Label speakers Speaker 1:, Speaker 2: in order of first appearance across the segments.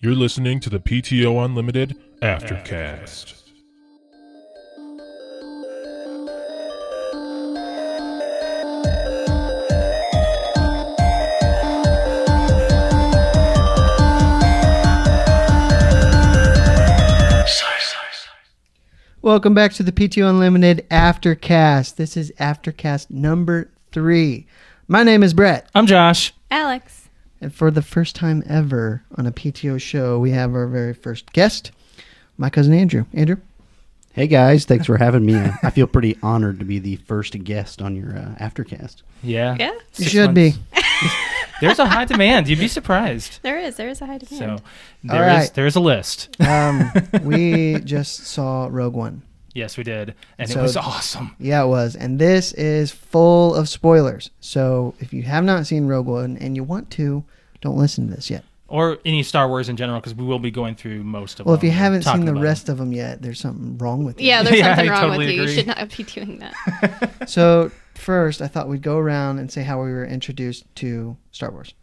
Speaker 1: You're listening to the PTO Unlimited Aftercast.
Speaker 2: Welcome back to the PTO Unlimited Aftercast. This is Aftercast number three. My name is Brett,
Speaker 3: I'm Josh.
Speaker 4: Alex.
Speaker 2: and for the first time ever on a PTO show, we have our very first guest, my cousin Andrew. Andrew,
Speaker 5: Hey guys, thanks for having me. I feel pretty honored to be the first guest on your uh, aftercast.
Speaker 3: Yeah.
Speaker 4: Yeah,
Speaker 2: you should be.
Speaker 3: There's a high demand. You'd be surprised.
Speaker 4: there is. There is a high
Speaker 3: So
Speaker 4: demand.
Speaker 3: there is
Speaker 2: All right.
Speaker 3: there's a list.
Speaker 2: Um, we just saw Rogue One.
Speaker 3: Yes, we did, and
Speaker 2: So-
Speaker 3: it was awesome.
Speaker 2: Yeah, it was. And this is full of spoilers. So if you have not seen Rogue One and you want to, don't listen to this yet.
Speaker 3: Or any Star Wars in general, because we will be going through most of.
Speaker 2: Well, if
Speaker 3: them
Speaker 2: you
Speaker 3: and
Speaker 2: haven't
Speaker 3: talking
Speaker 2: seen the
Speaker 3: about
Speaker 2: rest of them yet, there's something wrong with you.
Speaker 4: Yeah, there's
Speaker 3: Yeah,
Speaker 4: something
Speaker 3: I
Speaker 4: wrong with
Speaker 3: totally
Speaker 4: you. You
Speaker 3: agree.
Speaker 4: should not be doing that.
Speaker 2: So first, I thought we'd go around and say how we were introduced to Star Wars.
Speaker 3: them.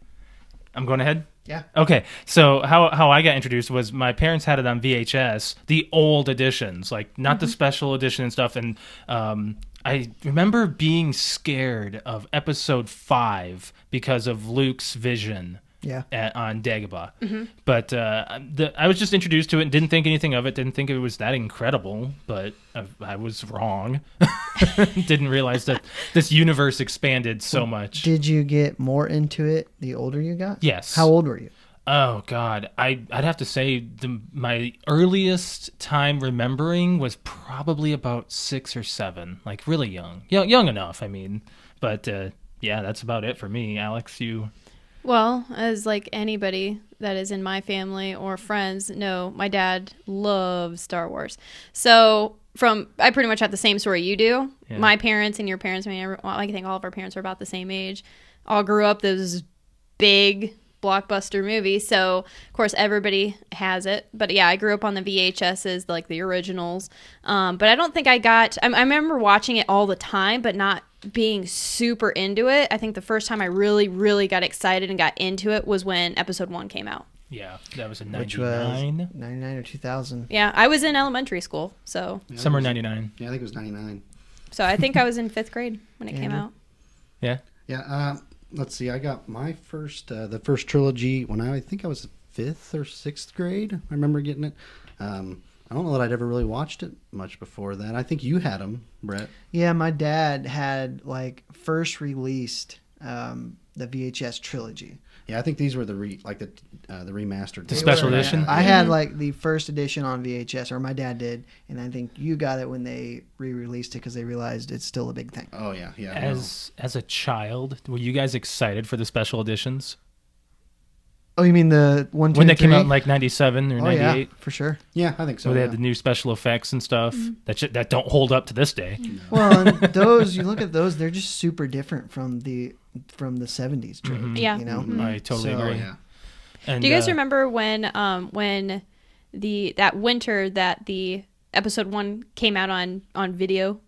Speaker 3: I'm going ahead.
Speaker 2: Yeah.
Speaker 3: Okay, so how how I got introduced was my parents had it on VHS, the old editions, like not
Speaker 2: Mm-hmm.
Speaker 3: the special edition and stuff. And um, I remember being scared of Episode Five because of Luke's vision.
Speaker 2: Yeah. Mm-hmm.
Speaker 3: at, on Dagobah. But uh, the, I was just introduced to it and didn't think anything of it. Didn't think it was that incredible, but I, I was wrong. didn't realize that this universe expanded so much.
Speaker 2: Did you get more into it the older you got?
Speaker 3: Yes.
Speaker 2: How old were you?
Speaker 3: oh God, I I'd have to say the, my earliest time remembering was probably about six or seven, like really young, young, young enough. I mean, but. Uh, yeah, that's about it for me, Alex. You,
Speaker 4: Well, as like anybody that is in my family or friends know, my dad loves Star Wars. So from I pretty much have the same story you do.
Speaker 3: Yeah.
Speaker 4: My parents and your parents. I mean, every- well, I think all of our parents are about the same age. All grew up those big blockbuster movies. So of course everybody has it. But yeah, I grew up on the VHSs, like the originals. Um, but I don't think I got. I, I remember watching it all the time, but not being super into it. I think the first time I really, really got excited and got into it was when episode one came out.
Speaker 3: yeah, that was in
Speaker 2: Which was
Speaker 3: '99,
Speaker 2: 99 or 2000.
Speaker 4: Yeah, I was in elementary school, so
Speaker 3: summer '99.
Speaker 5: Yeah, I think it was 99.
Speaker 4: so I think I was in fifth grade when it came
Speaker 2: Andrew?
Speaker 4: out.
Speaker 3: Yeah,
Speaker 5: Yeah, uh, let's see. I got my first, uh, the first trilogy when I, I think I was fifth or sixth grade. I remember getting it. Um, I don't know that I'd ever really watched it much before that. I think you had them, Brett.
Speaker 2: Yeah, my dad had like first released um, the VHS trilogy.
Speaker 5: Yeah, I think these were the re, like the uh, the remastered,
Speaker 3: The special edition?
Speaker 2: I had like the first edition on VHS, or my dad did, and I think you got it when they re-released it because they realized it's still a big thing.
Speaker 5: Oh yeah, yeah. I know.
Speaker 3: As as a child, were you guys excited for the special editions
Speaker 2: Oh, you mean the one two,
Speaker 3: when they
Speaker 2: and
Speaker 3: came out
Speaker 2: three?
Speaker 3: in like '97 or
Speaker 2: oh yeah,
Speaker 3: '98?
Speaker 2: for sure.
Speaker 5: yeah, I think so.
Speaker 3: So they
Speaker 5: yeah.
Speaker 3: had the new special effects and stuff
Speaker 4: Mm.
Speaker 3: that shit that don't hold up to this day.
Speaker 2: Well, and those you look at those, they're just super different from the from the '70s trilogy.
Speaker 3: Mm-hmm.
Speaker 4: Yeah.
Speaker 2: you know.
Speaker 3: I totally
Speaker 2: So-
Speaker 5: Oh,
Speaker 3: agree.
Speaker 5: yeah.
Speaker 3: And,
Speaker 4: Do you guys
Speaker 3: uh,
Speaker 4: remember when um when the that winter that the episode one came out on on video?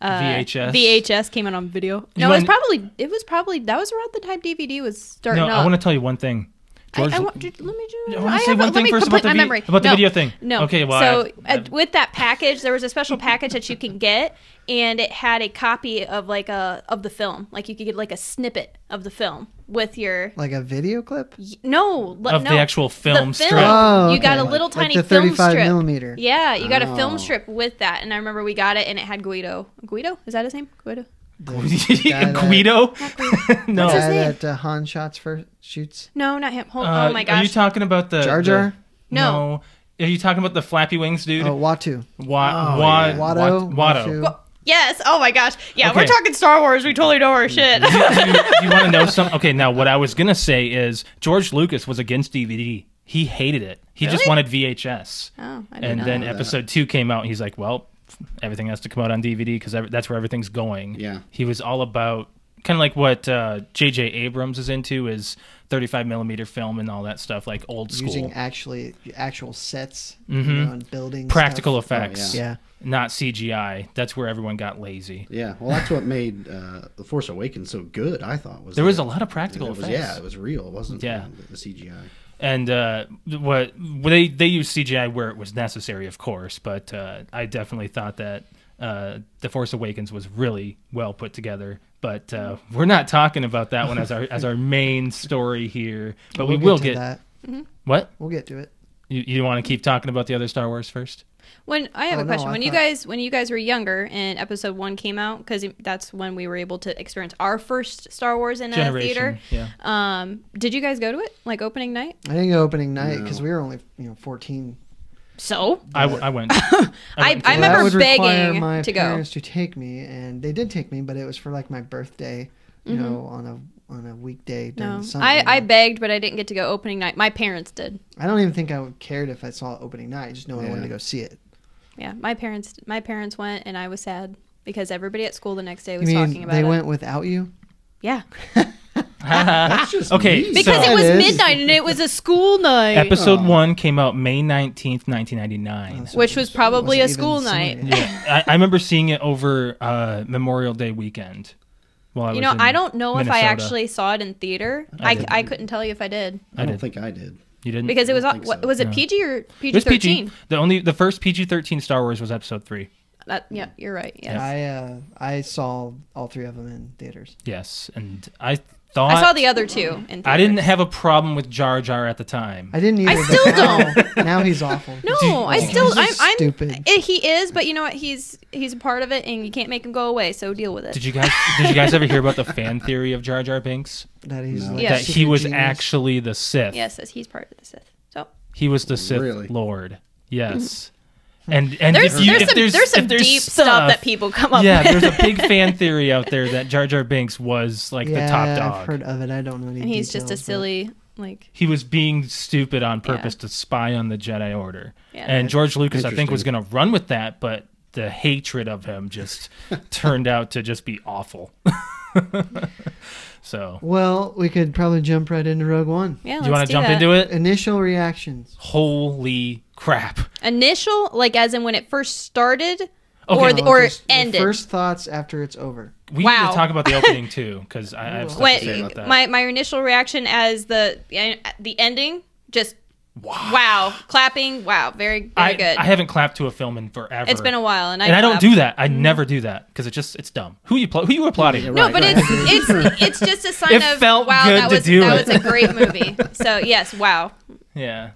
Speaker 4: Uh,
Speaker 3: VHS?
Speaker 4: VHS came out on video.
Speaker 3: You
Speaker 4: No, it was
Speaker 3: want-
Speaker 4: probably it was probably that was around the time DVD was starting
Speaker 3: No,
Speaker 4: up.
Speaker 3: I want to tell you one thing.
Speaker 4: I-
Speaker 3: George,
Speaker 4: I want- did- let me do.
Speaker 3: I wanna say
Speaker 4: have-
Speaker 3: one
Speaker 4: let
Speaker 3: thing
Speaker 4: me
Speaker 3: first about
Speaker 4: complete
Speaker 3: the
Speaker 4: my
Speaker 3: vi-
Speaker 4: memory.
Speaker 3: about the
Speaker 4: No,
Speaker 3: video thing.
Speaker 4: No.
Speaker 3: Okay, well,
Speaker 4: so
Speaker 3: I-
Speaker 4: uh, with that package, there was a special package that you can get, and it had a copy of like a of the film. Like you could get like a snippet of the film with your
Speaker 2: Like a video clip?
Speaker 4: no le-
Speaker 3: Of the
Speaker 4: no.
Speaker 3: actual film strip.
Speaker 2: Oh,
Speaker 4: You got a
Speaker 2: okay.
Speaker 4: little
Speaker 2: Like
Speaker 4: tiny
Speaker 2: the
Speaker 4: film
Speaker 2: 35
Speaker 4: strip.
Speaker 2: millimeter.
Speaker 4: Yeah, you got a
Speaker 5: Oh.
Speaker 4: film strip with that, and I remember we got it, and it had Guido. Guido is that his name? Guido.
Speaker 2: guy that-
Speaker 3: Guido. no,
Speaker 4: What's
Speaker 2: guy
Speaker 4: his name?
Speaker 2: that uh, Han shots first shoots.
Speaker 4: No, not him. Hold,
Speaker 3: Uh,
Speaker 4: oh my
Speaker 3: Are you
Speaker 4: gosh.
Speaker 3: talking about the
Speaker 2: Jar
Speaker 3: the-
Speaker 2: Jar?
Speaker 3: no. Are you talking about the Flappy Wings dude?
Speaker 2: Oh, Watu.
Speaker 3: Wa-
Speaker 5: Oh,
Speaker 3: wa-
Speaker 5: yeah.
Speaker 2: Watto,
Speaker 3: Wat- Watto.
Speaker 2: Wattu.
Speaker 4: Well, yes. Oh my gosh. Yeah, we're
Speaker 3: Okay. Mm-hmm.
Speaker 4: talking Star Wars. We totally know our shit.
Speaker 3: do, you want to know some? Okay, now what I was gonna say is George Lucas was against DVD. He hated it. He just wanted VHS.
Speaker 4: Oh, I didn't
Speaker 3: and
Speaker 4: know
Speaker 3: then
Speaker 4: that.
Speaker 3: Episode Two came out. and He's like, well, everything has to come out on DVD because that's where everything's going.
Speaker 5: Yeah.
Speaker 3: He was all about kind of like what uh, J.J. Abrams is into is 35 millimeter film and all that stuff, like old school Mm-hmm.
Speaker 2: Using actually actual sets you know, and buildings.
Speaker 3: practical
Speaker 2: stuff.
Speaker 3: effects,
Speaker 2: Oh, Yeah.
Speaker 3: not CGI. That's where everyone got lazy.
Speaker 5: Yeah, well, that's what made uh, the Force Awakens so good. I thought was
Speaker 3: There was a
Speaker 5: that-
Speaker 3: lot of practical
Speaker 5: it was-
Speaker 3: effects.
Speaker 5: Yeah, it was real. It wasn't
Speaker 3: Yeah.
Speaker 5: yeah. the CGI.
Speaker 3: and uh, what what they they used CGI where it was necessary, of course. But uh, I definitely thought that uh, the Force Awakens was really well put together. But uh, we're not talking about that one as our as our main story here. But we
Speaker 2: We'll
Speaker 3: will
Speaker 2: to
Speaker 3: get
Speaker 2: that.
Speaker 3: what
Speaker 2: We'll get to it.
Speaker 3: you, you want to keep talking about the other Star Wars first.
Speaker 4: When I have
Speaker 2: Oh,
Speaker 4: a
Speaker 2: no,
Speaker 4: question,
Speaker 2: I
Speaker 4: when you
Speaker 2: thought-
Speaker 4: guys when you guys were younger and Episode One came out, because that's when we were able to experience our first Star Wars in a theater.
Speaker 3: Generation, yeah.
Speaker 4: Um, did you guys go to it like opening night?
Speaker 2: I think opening night because
Speaker 5: No.
Speaker 2: we were only you know 14.
Speaker 4: So
Speaker 3: I, w- I went.
Speaker 4: I,
Speaker 3: went
Speaker 4: I
Speaker 3: to-
Speaker 2: that
Speaker 4: remember
Speaker 2: would require
Speaker 4: begging
Speaker 2: my
Speaker 4: to go.
Speaker 2: parents to take me, and they did take me, but it was for like my birthday, you know, on a on a weekday during
Speaker 4: Mm-hmm. No,
Speaker 2: the summer.
Speaker 4: I,
Speaker 2: you
Speaker 4: I
Speaker 2: know.
Speaker 4: begged, but I didn't get to go opening night. My parents did.
Speaker 2: I don't even think I would cared if I saw it opening night. I just know I wanted
Speaker 5: Yeah.
Speaker 2: to go see it.
Speaker 4: Yeah, my parents my parents went, and I was sad because everybody at school the next day
Speaker 2: You
Speaker 4: was talking
Speaker 2: mean
Speaker 4: about
Speaker 2: they
Speaker 4: it.
Speaker 2: went without you?
Speaker 4: yeah,
Speaker 5: That's just
Speaker 3: Okay,
Speaker 5: mean.
Speaker 4: because
Speaker 2: So-
Speaker 4: it was
Speaker 2: That is-
Speaker 4: midnight and it was a school night,
Speaker 3: Episode
Speaker 5: Aw.
Speaker 3: one came out May nineteenth, nineteen ninety nine.
Speaker 2: so
Speaker 4: which was probably a
Speaker 2: wasn't even
Speaker 4: school
Speaker 2: summer
Speaker 4: night.
Speaker 2: yet.
Speaker 3: Yeah, I, I remember seeing it over uh, Memorial Day weekend. While I
Speaker 4: You
Speaker 3: was
Speaker 4: know,
Speaker 3: in
Speaker 4: I don't know if
Speaker 3: Minnesota.
Speaker 4: I actually saw it in theater.
Speaker 3: I
Speaker 4: I,
Speaker 3: did.
Speaker 4: I, couldn't tell you if I did
Speaker 5: I
Speaker 3: I
Speaker 5: don't
Speaker 3: did.
Speaker 5: think I did.
Speaker 3: You didn't
Speaker 4: because it was
Speaker 5: don't think
Speaker 4: what,
Speaker 5: so.
Speaker 4: was it
Speaker 3: No.
Speaker 4: PG or
Speaker 3: It
Speaker 4: PG
Speaker 3: was PG.
Speaker 4: thirteen?
Speaker 3: The only the first PG thirteen Star Wars was Episode three.
Speaker 4: That yeah, you're right. Yes.
Speaker 2: I uh, I saw all three of them in theaters.
Speaker 3: Yes, and I thought
Speaker 4: I saw the other two in theater.
Speaker 3: I didn't have a problem with Jar Jar at the time.
Speaker 2: I didn't.
Speaker 4: I
Speaker 2: Either, but
Speaker 4: still
Speaker 2: now- Now he's awful.
Speaker 4: No, I
Speaker 2: He's
Speaker 4: still
Speaker 2: just
Speaker 4: I'm, I'm
Speaker 2: stupid.
Speaker 4: eh, He is, but you know what? He's he's a part of it, and you can't make him go away. So deal with it.
Speaker 3: Did you guys did you guys ever hear about the fan theory of Jar Jar Binks
Speaker 2: That he's
Speaker 5: No.
Speaker 2: like
Speaker 4: Yeah.
Speaker 3: that he
Speaker 2: secret
Speaker 3: was
Speaker 2: genius.
Speaker 3: actually the Sith?
Speaker 4: yes, as he's part of the Sith. So
Speaker 3: he was the Sith
Speaker 5: Really?
Speaker 3: Lord. Yes, and and
Speaker 4: Mm-hmm. there's
Speaker 3: if you,
Speaker 4: there's,
Speaker 3: if
Speaker 4: some, there's,
Speaker 3: if
Speaker 4: some deep stuff, that people come up
Speaker 3: Yeah,
Speaker 4: with.
Speaker 3: there's a big fan theory out there that Jar Jar Binks was like
Speaker 2: yeah,
Speaker 3: the top
Speaker 2: I've
Speaker 3: dog.
Speaker 2: heard of it. I don't know any.
Speaker 4: and he's just a
Speaker 2: details, but-
Speaker 4: silly like.
Speaker 3: he was being stupid on purpose to spy on the Jedi Order.
Speaker 4: Yeah.
Speaker 3: And George Lucas, I think,
Speaker 5: Interesting.
Speaker 3: was going to run with that, but the hatred of him just turned out to just be awful. so,
Speaker 2: Well, we could probably jump right into Rogue One.
Speaker 4: Yeah,
Speaker 3: do
Speaker 4: let's
Speaker 3: you want to jump
Speaker 4: that.
Speaker 3: into it?
Speaker 2: Initial reactions.
Speaker 3: Holy crap!
Speaker 4: Initial, like as in when it first started,
Speaker 3: Okay.
Speaker 4: or
Speaker 3: No,
Speaker 4: the,
Speaker 2: Well,
Speaker 4: or
Speaker 2: Uh, just your
Speaker 4: ended.
Speaker 2: First thoughts after it's over.
Speaker 3: We need
Speaker 4: Wow.
Speaker 3: to talk about the opening too, because I, I have stuff to say
Speaker 4: when
Speaker 3: about that.
Speaker 4: my my initial reaction as the the ending just wow, clapping wow very very
Speaker 3: I,
Speaker 4: good
Speaker 3: I haven't clapped to a film in forever.
Speaker 4: it's been a while Mm-hmm. and I
Speaker 3: and I don't
Speaker 4: clapped.
Speaker 3: do that. I never do that because it just it's dumb. Who you pl- who you applauding?
Speaker 5: Yeah,
Speaker 4: no
Speaker 5: Right,
Speaker 4: but
Speaker 5: right.
Speaker 4: it's it's it's just a sign
Speaker 3: It
Speaker 4: of
Speaker 3: felt
Speaker 4: wow
Speaker 3: good
Speaker 4: that
Speaker 3: to
Speaker 4: was
Speaker 3: do
Speaker 4: that
Speaker 3: it.
Speaker 4: was a great movie so yes wow
Speaker 3: Yeah.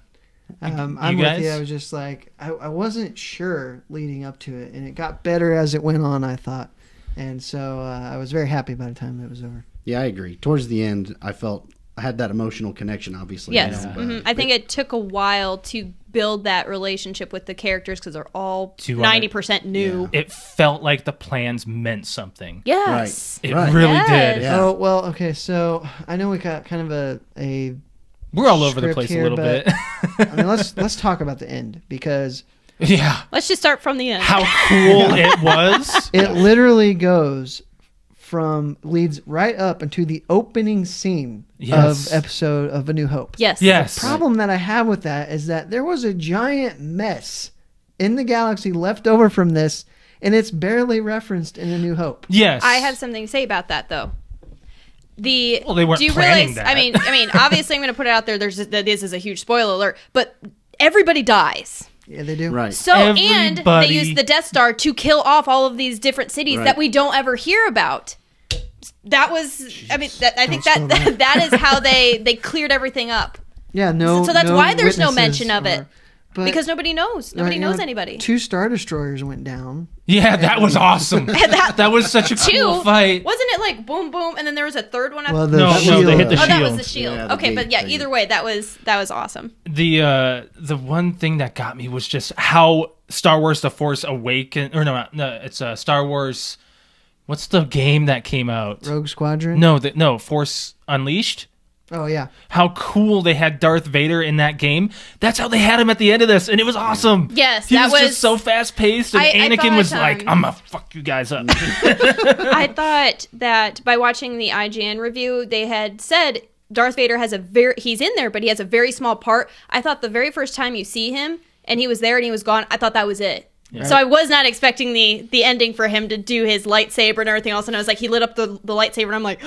Speaker 2: Um, I'm
Speaker 3: guys?
Speaker 2: with you. I was just like, I, I wasn't sure leading up to it, and it got better as it went on. I thought, and so uh, I was very happy by the time it was over.
Speaker 5: Yeah, I agree. Towards the end, I felt I had that emotional connection. Obviously, you
Speaker 4: yes
Speaker 5: know, but-
Speaker 4: Mhm. I think it took a while to build that relationship with the characters because they're all
Speaker 3: 200.
Speaker 4: ninety percent new
Speaker 3: It felt like the plans meant something.
Speaker 4: yes
Speaker 3: It
Speaker 5: Right.
Speaker 3: really
Speaker 4: Yes.
Speaker 3: did.
Speaker 5: Yeah.
Speaker 2: Oh well, okay. So I know we got kind of a a.
Speaker 3: We're all over the
Speaker 2: script
Speaker 3: place
Speaker 2: here,
Speaker 3: a little
Speaker 2: but-
Speaker 3: bit.
Speaker 2: I mean, let's let's talk about the end because
Speaker 3: yeah.
Speaker 4: let's just start from the end
Speaker 3: How cool it was.
Speaker 2: it literally goes from leads right up into the opening scene
Speaker 3: Yes.
Speaker 2: of episode of A New Hope.
Speaker 4: yes
Speaker 3: Yes.
Speaker 2: problem that I have with that is that there was a giant mess in the galaxy left over from this, and it's barely referenced in A New Hope.
Speaker 3: yes.
Speaker 4: I have something to say about that though. The
Speaker 3: Well, they weren't
Speaker 4: do you
Speaker 3: planning
Speaker 4: realize?
Speaker 3: that.
Speaker 4: I mean, I mean, obviously, I'm going to put it out there. There's that this is a huge spoiler alert, but everybody dies.
Speaker 2: Yeah, they do.
Speaker 5: right.
Speaker 4: So and they
Speaker 3: Everybody-
Speaker 4: use the Death Star to kill off all of these different cities
Speaker 5: Right.
Speaker 4: that we don't ever hear about. That was, I mean, that, I think that,
Speaker 2: Don't spoil
Speaker 4: that that is how they they cleared everything up
Speaker 2: Yeah, no.
Speaker 4: So- so that's
Speaker 2: no
Speaker 4: why there's no
Speaker 2: witnesses
Speaker 4: mention of it.
Speaker 2: or- but-
Speaker 4: because nobody knows. Nobody
Speaker 2: right, you
Speaker 4: knows
Speaker 2: know,
Speaker 4: anybody.
Speaker 2: Two star destroyers went down.
Speaker 3: Yeah, that was awesome.
Speaker 4: that,
Speaker 3: that was such a
Speaker 4: two
Speaker 3: cool fight.
Speaker 4: wasn't it like boom boom, and then there was a third one. after
Speaker 2: Well, the
Speaker 3: No,
Speaker 2: shield.
Speaker 3: no, they hit the
Speaker 4: Oh, that was
Speaker 3: shield.
Speaker 4: the shield.
Speaker 5: Yeah, the
Speaker 4: okay, but
Speaker 5: gate
Speaker 4: yeah,
Speaker 5: thing.
Speaker 4: either way, that was that was awesome.
Speaker 3: The uh the one thing that got me was just how Star Wars The Force Awaken or no, no, it's uh Star Wars What's the game that came out?
Speaker 2: Rogue Squadron.
Speaker 3: No, the, no, Force Unleashed.
Speaker 2: Oh yeah.
Speaker 3: How cool they had Darth Vader in that game. That's how they had him at the end of this, and it was awesome.
Speaker 4: Yes,
Speaker 3: he
Speaker 4: that
Speaker 3: was,
Speaker 4: was-
Speaker 3: just so fast paced, and
Speaker 4: I- I
Speaker 3: Anakin
Speaker 4: thought,
Speaker 3: was like,
Speaker 4: um,
Speaker 3: "I'm gonna fuck you guys up."
Speaker 4: I thought that by watching the IGN review, they had said Darth Vader has a very he's in there, but he has a very small part. I thought the very first time you see him and he was there and he was gone, I thought that was it. So I was not expecting the the ending for him to do his lightsaber and everything else, and I was like, he lit up the, the lightsaber, and I'm like,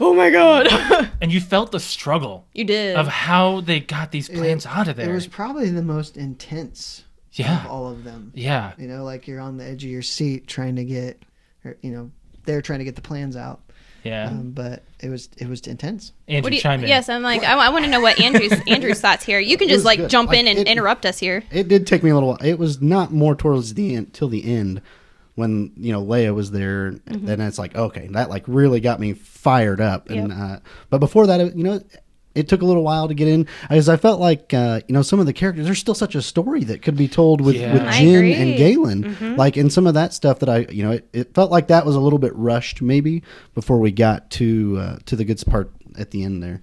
Speaker 4: oh my god,
Speaker 3: and you felt the struggle
Speaker 4: you did.
Speaker 3: of how they got these plans out of there.
Speaker 2: It was probably the most intense
Speaker 3: yeah,
Speaker 2: of all of them.
Speaker 3: yeah,
Speaker 2: You know, like you're on the edge of your seat trying to get, or, you know, they're trying to get the plans out.
Speaker 3: yeah.
Speaker 2: Um, but it was it was intense.
Speaker 3: Andrew,
Speaker 4: What do you,
Speaker 3: chime in.
Speaker 4: yes, I'm like, I, want to know what Andrew's Andrew's thoughts here. You can just
Speaker 5: was
Speaker 4: like
Speaker 5: good.
Speaker 4: jump in
Speaker 5: Like,
Speaker 4: and
Speaker 5: it-
Speaker 4: interrupt us here.
Speaker 5: It did take me a little while. It was not more towards the end till the end when you know Leia was there.
Speaker 4: Mm-hmm.
Speaker 5: and Then it's like okay, that like really got me fired up. And
Speaker 4: Yep.
Speaker 5: uh, but before that, it, you know. It took a little while to get in, because I felt like uh, you know some of the characters. There's still such a story that could be told with
Speaker 3: Yeah.
Speaker 5: with
Speaker 3: I
Speaker 5: Jin
Speaker 4: agree. Mm-hmm.
Speaker 5: and Galen, like in some of that stuff that I you know it, it felt like that was a little bit rushed maybe before we got to uh, to the good part at the end there.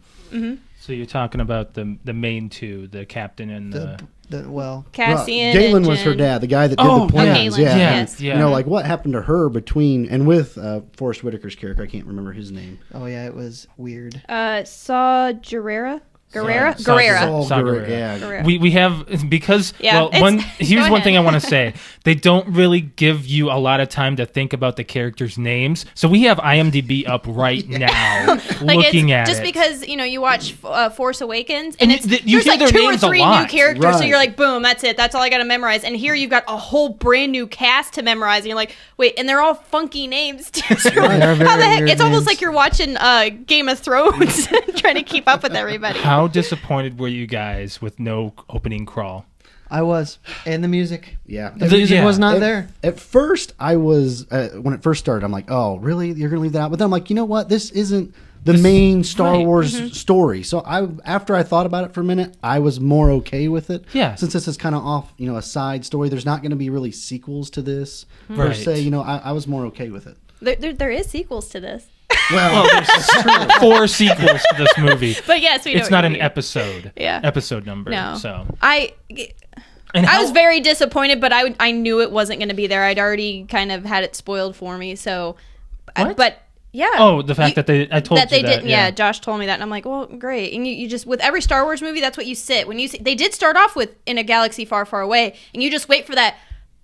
Speaker 3: So you're talking about the the main two, the captain and the,
Speaker 2: The, well,
Speaker 4: Cassian,
Speaker 5: Galen
Speaker 4: and
Speaker 5: was her
Speaker 4: Jin.
Speaker 5: dad, the guy that did
Speaker 3: Oh,
Speaker 5: the plans.
Speaker 4: Galen,
Speaker 5: yeah.
Speaker 4: yes.
Speaker 3: Yeah,
Speaker 5: You
Speaker 3: yeah.
Speaker 5: know, like what happened to her between and with uh, Forrest Whitaker's character. I can't remember his name.
Speaker 2: oh yeah, it was weird.
Speaker 4: Uh, saw Gerrera, Guerrera,
Speaker 3: Saw-
Speaker 4: Guerrera.
Speaker 3: Saw-
Speaker 5: Saul
Speaker 3: Saw
Speaker 5: Guerrero,
Speaker 3: Guerrero.
Speaker 5: Yeah.
Speaker 4: Guerrera.
Speaker 3: We we have because
Speaker 4: Yeah,
Speaker 3: well one
Speaker 4: it's-
Speaker 3: here's
Speaker 4: go
Speaker 3: one thing I
Speaker 4: ahead.
Speaker 3: want to say. They don't really give you a lot of time to think about the characters' names. So we have IMDb up right now
Speaker 4: Like
Speaker 3: looking at
Speaker 4: it's just
Speaker 3: it.
Speaker 4: because you know you watch uh, Force Awakens
Speaker 3: And
Speaker 4: and,
Speaker 3: you-
Speaker 4: it's
Speaker 3: th- you
Speaker 4: there's
Speaker 3: hear
Speaker 4: like
Speaker 3: their
Speaker 4: two or
Speaker 3: names a
Speaker 4: three new
Speaker 3: lot.
Speaker 4: characters, so
Speaker 5: Right.
Speaker 4: you're like, boom, that's it, that's all I got to memorize. And here you've got a whole brand new cast to memorize, and you're like, wait, and they're all funky names. too.
Speaker 2: are
Speaker 4: How the
Speaker 2: very
Speaker 4: heck?
Speaker 2: weird
Speaker 4: It's almost
Speaker 2: names.
Speaker 4: like you're watching uh, Game of Thrones, trying to keep up with everybody.
Speaker 3: How disappointed were you guys with no opening crawl?
Speaker 2: I was, and the music.
Speaker 5: Yeah.
Speaker 2: The,
Speaker 3: The-
Speaker 2: music
Speaker 3: yeah.
Speaker 2: was not
Speaker 5: At-
Speaker 2: there.
Speaker 5: At first, I was uh, when it first started. I'm like, oh, really? You're gonna leave that out? But then I'm like, you know what? This isn't the main Star
Speaker 3: right. Mm-hmm.
Speaker 5: Wars story. So I, after I thought about it for a minute, I was more okay with it.
Speaker 3: Yeah.
Speaker 5: Since this is kind of off, you know, a side story. There's not going to be really sequels to this per
Speaker 3: Right.
Speaker 5: se. You know, I, I was more okay with it.
Speaker 4: There, there, there is sequels to this,
Speaker 5: Well,
Speaker 3: Four sequels to this movie.
Speaker 4: but yes, we know
Speaker 3: It's
Speaker 4: what
Speaker 3: not
Speaker 4: you
Speaker 3: an
Speaker 4: mean.
Speaker 3: episode.
Speaker 4: Yeah.
Speaker 3: Episode number.
Speaker 4: No.
Speaker 3: So
Speaker 4: I
Speaker 3: and
Speaker 4: I
Speaker 3: how-
Speaker 4: was very disappointed, but I I knew it wasn't going to be there. I'd already kind of had it spoiled for me, so. I-
Speaker 3: What?
Speaker 4: but yeah.
Speaker 3: Oh, the fact that they I told
Speaker 4: that they
Speaker 3: you that,
Speaker 4: didn't. Yeah. Josh told me that, and I'm like, well, great. And you, you just with every Star Wars movie, that's what you sit when you see. They did start off with in a galaxy far, far away, and you just wait for that.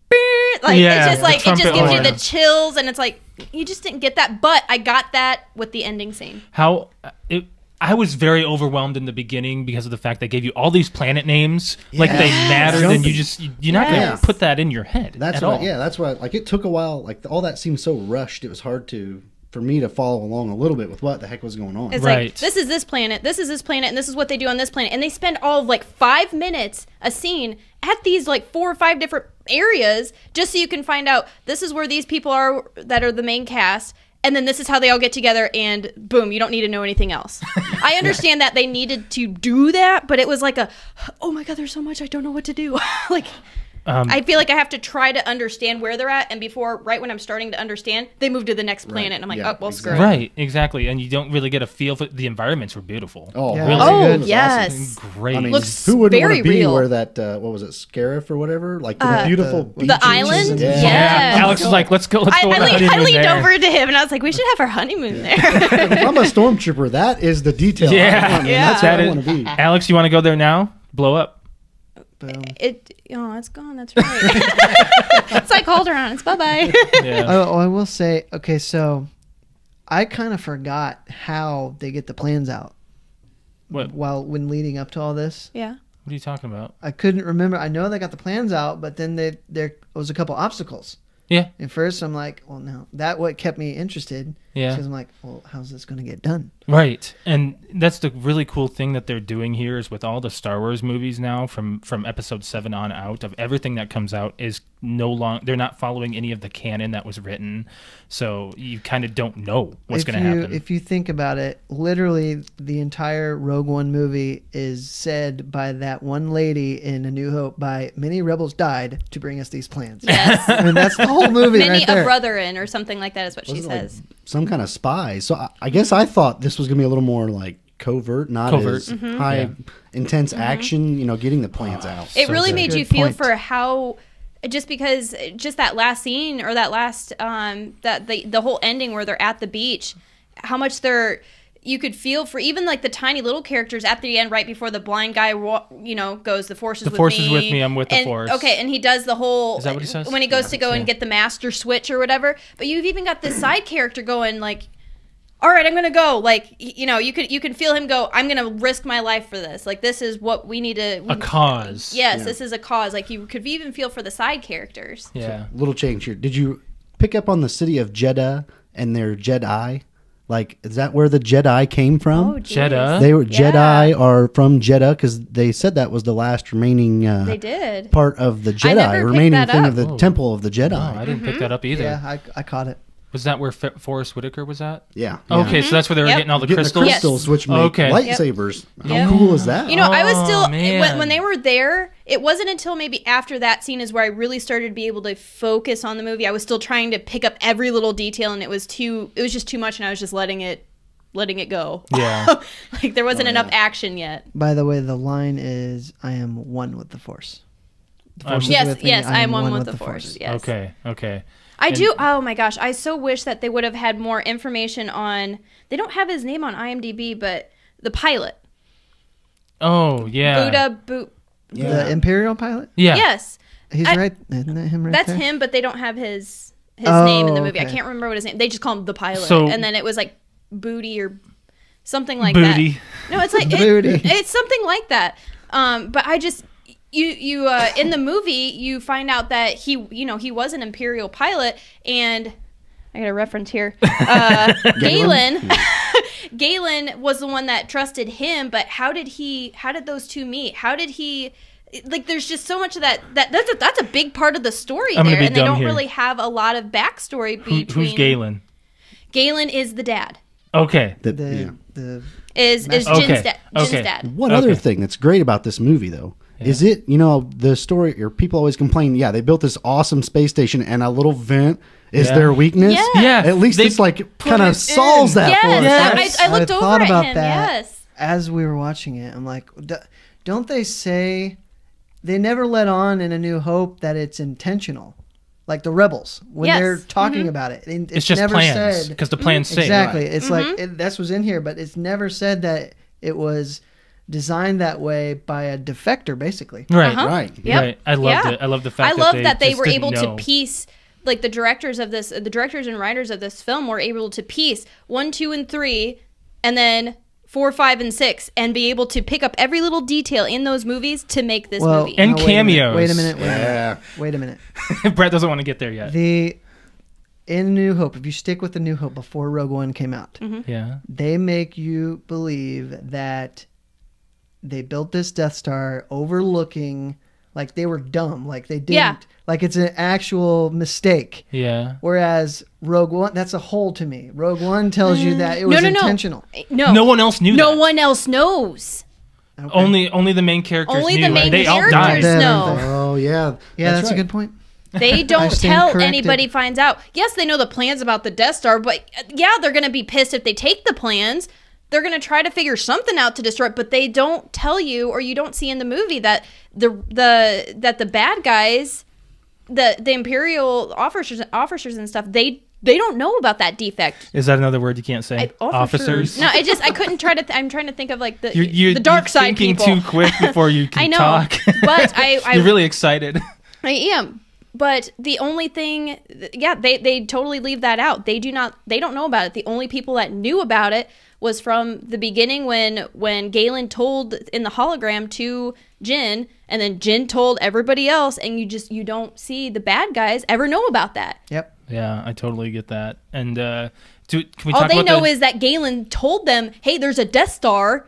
Speaker 4: beep. Like
Speaker 3: Yeah,
Speaker 4: it's just
Speaker 3: the
Speaker 4: like it just
Speaker 3: trumpet
Speaker 4: gives you
Speaker 3: horn.
Speaker 4: the chills, and it's like you just didn't get that. But I got that with the ending scene.
Speaker 3: how uh, it, I was very overwhelmed in the beginning because of the fact they gave you all these planet names, like they mattered, and you just you- you're not
Speaker 4: Yes.
Speaker 3: gonna put that in your head at
Speaker 5: That's what,
Speaker 3: all.
Speaker 5: yeah. That's why. Like it took a while. Like all that seemed so rushed. It was hard to for me to follow along a little bit with what the heck was going on.
Speaker 4: It's
Speaker 3: Right.
Speaker 4: like this is this planet, this is this planet, and this is what they do on this planet. And they spend all of like five minutes a scene at these like four or five different areas just so you can find out this is where these people are that are the main cast. And then this is how they all get together, and boom, you don't need to know anything else. I understand that they needed to do that, but it was like a, oh my God, there's so much, I don't know what to do. like, I feel like I have to try to understand where they're at. And before, right when I'm starting to understand, they move to the next planet. And I'm like,
Speaker 5: Yeah,
Speaker 4: oh, well, screw it.
Speaker 3: Right, exactly, and you don't really get a feel for the environments were beautiful.
Speaker 5: Oh,
Speaker 2: Yeah.
Speaker 5: really?
Speaker 2: Oh,
Speaker 5: It was awesome.
Speaker 4: yes.
Speaker 3: great!
Speaker 5: I mean,
Speaker 4: Looks
Speaker 5: who wouldn't
Speaker 4: very
Speaker 5: want to be
Speaker 4: real. Uh,
Speaker 5: where that uh, what was it, Scarif or whatever? Like the beautiful
Speaker 2: the
Speaker 5: beaches
Speaker 4: island?
Speaker 5: and-
Speaker 4: Yeah.
Speaker 3: yeah,
Speaker 4: Yeah.
Speaker 3: Alex is like, let's go, let's
Speaker 4: I,
Speaker 3: go. on
Speaker 4: I,
Speaker 3: a
Speaker 4: leaned, I
Speaker 3: honeymoon
Speaker 4: leaned
Speaker 3: there.
Speaker 4: over to him and I was like, we should have our honeymoon there.
Speaker 5: If I'm a stormtrooper. That is the detail. I
Speaker 3: Yeah,
Speaker 5: want, man.
Speaker 4: Yeah.
Speaker 5: That's where
Speaker 3: That
Speaker 5: I
Speaker 3: is-
Speaker 5: want to be.
Speaker 3: Alex, you want to go there now? Blow up.
Speaker 2: Boom.
Speaker 4: it, oh, it's gone. That's right. it's like Holder on. It's bye bye.
Speaker 3: Yeah.
Speaker 2: Oh, I will say. Okay, so I kind of forgot how they get the plans out.
Speaker 3: What?
Speaker 2: While when leading up to all this,
Speaker 4: yeah.
Speaker 3: what are you talking about?
Speaker 2: I couldn't remember. I know they got the plans out, but then they, there was a couple obstacles.
Speaker 3: Yeah.
Speaker 2: And first, I'm like, well, no, that what kept me interested.
Speaker 3: Yeah.
Speaker 2: Because I'm like, well, how's this going to get done?
Speaker 3: Right, and that's the really cool thing that they're doing here is with all the Star Wars movies now, from from Episode Seven on out, of everything that comes out is no long. They're not following any of the canon that was written, so you kind of don't know what's
Speaker 2: If
Speaker 3: going to
Speaker 2: you-
Speaker 3: happen.
Speaker 2: If you think about it, literally the entire Rogue One movie is said by that one lady in A New Hope by many rebels died to bring us these plans.
Speaker 4: Yes.
Speaker 2: I mean, that's the whole movie
Speaker 4: Many
Speaker 2: right there.
Speaker 4: a brother in or something like that is what she
Speaker 5: Wasn't it, like,
Speaker 4: says.
Speaker 5: some kind of spy. So I, I guess I thought this was gonna be a little more like covert, not
Speaker 3: Covert.
Speaker 5: as
Speaker 4: Mm-hmm.
Speaker 5: high intense action. You know, getting the plans out.
Speaker 4: it really
Speaker 3: Ah, good.
Speaker 4: made
Speaker 2: Good
Speaker 4: you feel
Speaker 2: point.
Speaker 4: for how just because just that last scene or that last um that the the whole ending where they're at the beach how much they're you could feel for even like the tiny little characters at the end, right before the blind guy, wa- you know, goes the forces.
Speaker 3: The
Speaker 4: with
Speaker 3: force is
Speaker 4: me.
Speaker 3: with me, I'm with the
Speaker 4: And-
Speaker 3: force.
Speaker 4: Okay, and he does the whole.
Speaker 3: Is that what he says?
Speaker 4: When he goes
Speaker 3: Yeah.
Speaker 4: to go
Speaker 3: Yeah.
Speaker 4: and get the master switch or whatever, but you've even got this side character going like, all right i'm gonna go like y- you know you could you can feel him go i'm gonna risk my life for this like this is what we need to we,
Speaker 3: a cause.
Speaker 4: yes
Speaker 5: Yeah.
Speaker 4: this is a cause like you could even feel for the side characters
Speaker 3: Yeah.
Speaker 5: Little change here. Did you pick up on the city of Jeddah and their Jedi? Like, is that where the Jedi came from?
Speaker 4: geez.
Speaker 3: Jeddah?
Speaker 5: they were
Speaker 4: Oh, Yeah.
Speaker 5: Jedi are from Jeddah because they said that was the last remaining uh,
Speaker 4: they did
Speaker 5: part of the
Speaker 4: I never
Speaker 5: Jedi,
Speaker 4: picked
Speaker 5: remaining
Speaker 4: that
Speaker 5: thing
Speaker 4: up.
Speaker 5: of the
Speaker 3: Whoa.
Speaker 5: Temple of the Jedi.
Speaker 3: Oh, I didn't pick that up either.
Speaker 2: Mm-hmm. Yeah, I, I caught it.
Speaker 3: Was that where F- Forrest Whitaker was at?
Speaker 5: yeah.
Speaker 3: Okay, so that's where they were
Speaker 4: Yep.
Speaker 3: getting all the
Speaker 5: Getting
Speaker 3: crystals.
Speaker 5: the crystals, which make
Speaker 3: Okay.
Speaker 4: Yep.
Speaker 5: lightsabers. How
Speaker 4: Yeah.
Speaker 5: cool is that?
Speaker 4: you know, I was
Speaker 3: Oh,
Speaker 4: still when,
Speaker 3: man.
Speaker 4: when they were there. It wasn't until maybe after that scene is where I really started to be able to focus on the movie. I was still trying to pick up every little detail, and it was too. It was just too much, and I was just letting it, letting it go.
Speaker 3: Yeah.
Speaker 4: like there wasn't enough action yet.
Speaker 2: By the way, the line is "I am one with the Force." The
Speaker 3: I'm-
Speaker 2: Force is
Speaker 4: Yes,
Speaker 2: with me,
Speaker 4: yes, I am one, with, the, force. Yes.
Speaker 3: Okay. Okay.
Speaker 4: I
Speaker 3: And-
Speaker 4: do. Oh my gosh, I so wish that they would have had more information on. They don't have his name on IMDb, but the pilot
Speaker 3: Oh yeah.
Speaker 4: Buddha. Bu-
Speaker 2: The Imperial pilot.
Speaker 3: Yeah.
Speaker 4: Yes,
Speaker 2: He's
Speaker 4: I-
Speaker 2: right. Isn't that him right
Speaker 4: that's
Speaker 2: there?
Speaker 4: him, but they don't have his his
Speaker 2: Oh,
Speaker 4: name in the movie. I
Speaker 2: okay.
Speaker 4: can't remember what his name. They just call him the pilot,
Speaker 3: So-
Speaker 4: and then it was like booty or something like
Speaker 3: Booty.
Speaker 4: that. No, it's like it-
Speaker 2: Booty.
Speaker 4: it's something like that. Um, but I just you you uh, in the movie you find out that he you know he was an imperial pilot and I got a reference here. Uh, Galen, Galen was the one that trusted him, but how did he? How did those two meet? How did he? Like, there's just so much of that. That that's a, that's a big part of the story
Speaker 3: I'm gonna
Speaker 4: there,
Speaker 3: be
Speaker 4: and they
Speaker 3: dumb
Speaker 4: don't
Speaker 3: here.
Speaker 4: really have a lot of backstory
Speaker 3: Who,
Speaker 4: between.
Speaker 3: who's Galen?
Speaker 4: Galen is the dad.
Speaker 3: Okay.
Speaker 5: That-
Speaker 2: The,
Speaker 5: yeah.
Speaker 2: the
Speaker 4: Is is Jin's,
Speaker 3: Okay,
Speaker 4: da- Jin's
Speaker 3: okay.
Speaker 4: dad?
Speaker 5: One other
Speaker 3: Okay.
Speaker 5: thing that's great about this movie, though, is it, you know, the story, or people always complain, yeah, they built this awesome space station and a little vent is
Speaker 3: Yeah.
Speaker 5: their weakness.
Speaker 4: Yeah.
Speaker 3: Yeah,
Speaker 5: At least
Speaker 3: they
Speaker 5: it's like
Speaker 3: put
Speaker 5: kind
Speaker 3: it
Speaker 5: of
Speaker 3: in.
Speaker 5: solves that for us.
Speaker 4: Yes, I-
Speaker 2: Yes.
Speaker 4: I, I
Speaker 2: I
Speaker 4: looked
Speaker 2: had
Speaker 4: over
Speaker 2: thought
Speaker 4: at
Speaker 2: about
Speaker 4: him.
Speaker 2: that.
Speaker 4: Yes.
Speaker 2: as we were watching it, I'm like, "D- don't they say they never let on in A New Hope that it's intentional? Like the rebels when
Speaker 4: Yes. Mm-hmm.
Speaker 2: they're talking about it, it- it's,
Speaker 3: It's just
Speaker 2: never
Speaker 3: plans
Speaker 2: said Mm-hmm.
Speaker 3: because the plans say
Speaker 2: exactly. It's
Speaker 4: Mm-hmm.
Speaker 2: like it, that's what's in here, but it's never said that it was designed that way by a defector, basically.
Speaker 3: Right.
Speaker 4: Uh-huh.
Speaker 5: Right.
Speaker 4: Yep.
Speaker 3: Right. I loved
Speaker 4: Yeah.
Speaker 3: it. I loved the fact
Speaker 4: I
Speaker 3: that
Speaker 4: love
Speaker 3: they
Speaker 4: that they
Speaker 3: just
Speaker 4: were
Speaker 3: didn't
Speaker 4: able
Speaker 3: know.
Speaker 4: to piece like the directors of this the directors and writers of this film were able to piece one, two, and three and then four, five, and six and be able to pick up every little detail in those movies to make this
Speaker 2: Well,
Speaker 4: movie.
Speaker 3: And
Speaker 2: now, wait a minute,
Speaker 3: cameos.
Speaker 2: Wait a minute. Wait a minute.
Speaker 5: Yeah.
Speaker 2: Wait a minute.
Speaker 3: Brett doesn't want to get there yet.
Speaker 2: The in New Hope, if you stick with the New Hope before Rogue One came out,
Speaker 4: Mm-hmm.
Speaker 3: yeah.
Speaker 2: they make you believe that they built this Death Star overlooking, like they were dumb, like they didn't,
Speaker 4: Yeah.
Speaker 2: like it's an actual mistake.
Speaker 3: Yeah.
Speaker 2: Whereas Rogue One, that's a hole to me. Rogue One tells you that it was
Speaker 4: Mm. no, no, no.
Speaker 2: intentional.
Speaker 4: No.
Speaker 3: No one else knew.
Speaker 4: No
Speaker 3: that.
Speaker 4: one else knows.
Speaker 3: Only only the main characters.
Speaker 4: Only the
Speaker 3: knew.
Speaker 4: main
Speaker 3: they all died.
Speaker 4: characters
Speaker 2: Then-
Speaker 4: know.
Speaker 5: Oh, yeah.
Speaker 2: Yeah, that's,
Speaker 5: right.
Speaker 2: a good point.
Speaker 4: They don't
Speaker 2: stand
Speaker 4: tell
Speaker 2: corrected.
Speaker 4: anybody finds out. Yes, they know the plans about the Death Star, but uh, yeah, they're going to be pissed if they take the plans. They're going to try to figure something out to destroy it, but they don't tell you or you don't see in the movie that the the that the bad guys the the imperial officers officers and stuff, they they don't know about that defect.
Speaker 3: Is that another word you can't say?
Speaker 4: I- oh, No, I just I couldn't try to. Th- I'm trying to think of like the
Speaker 3: You're, you're,
Speaker 4: the dark
Speaker 3: you're
Speaker 4: side
Speaker 3: thinking
Speaker 4: people.
Speaker 3: too quick before you can
Speaker 4: I know,
Speaker 3: talk.
Speaker 4: but I- I-
Speaker 3: you're really excited.
Speaker 4: I am. But the only thing, yeah, they, they totally leave that out. They do not, they don't know about it. The only people that knew about it was from the beginning when when Galen told in the hologram to Jin, and then Jin told everybody else, and you just you don't see the bad guys ever know about that.
Speaker 2: Yep.
Speaker 3: Yeah, I totally get that. And uh, do, can we
Speaker 4: All
Speaker 3: talk
Speaker 4: they
Speaker 3: about
Speaker 4: know
Speaker 3: the,
Speaker 4: is that Galen told them, "Hey, there's a Death Star."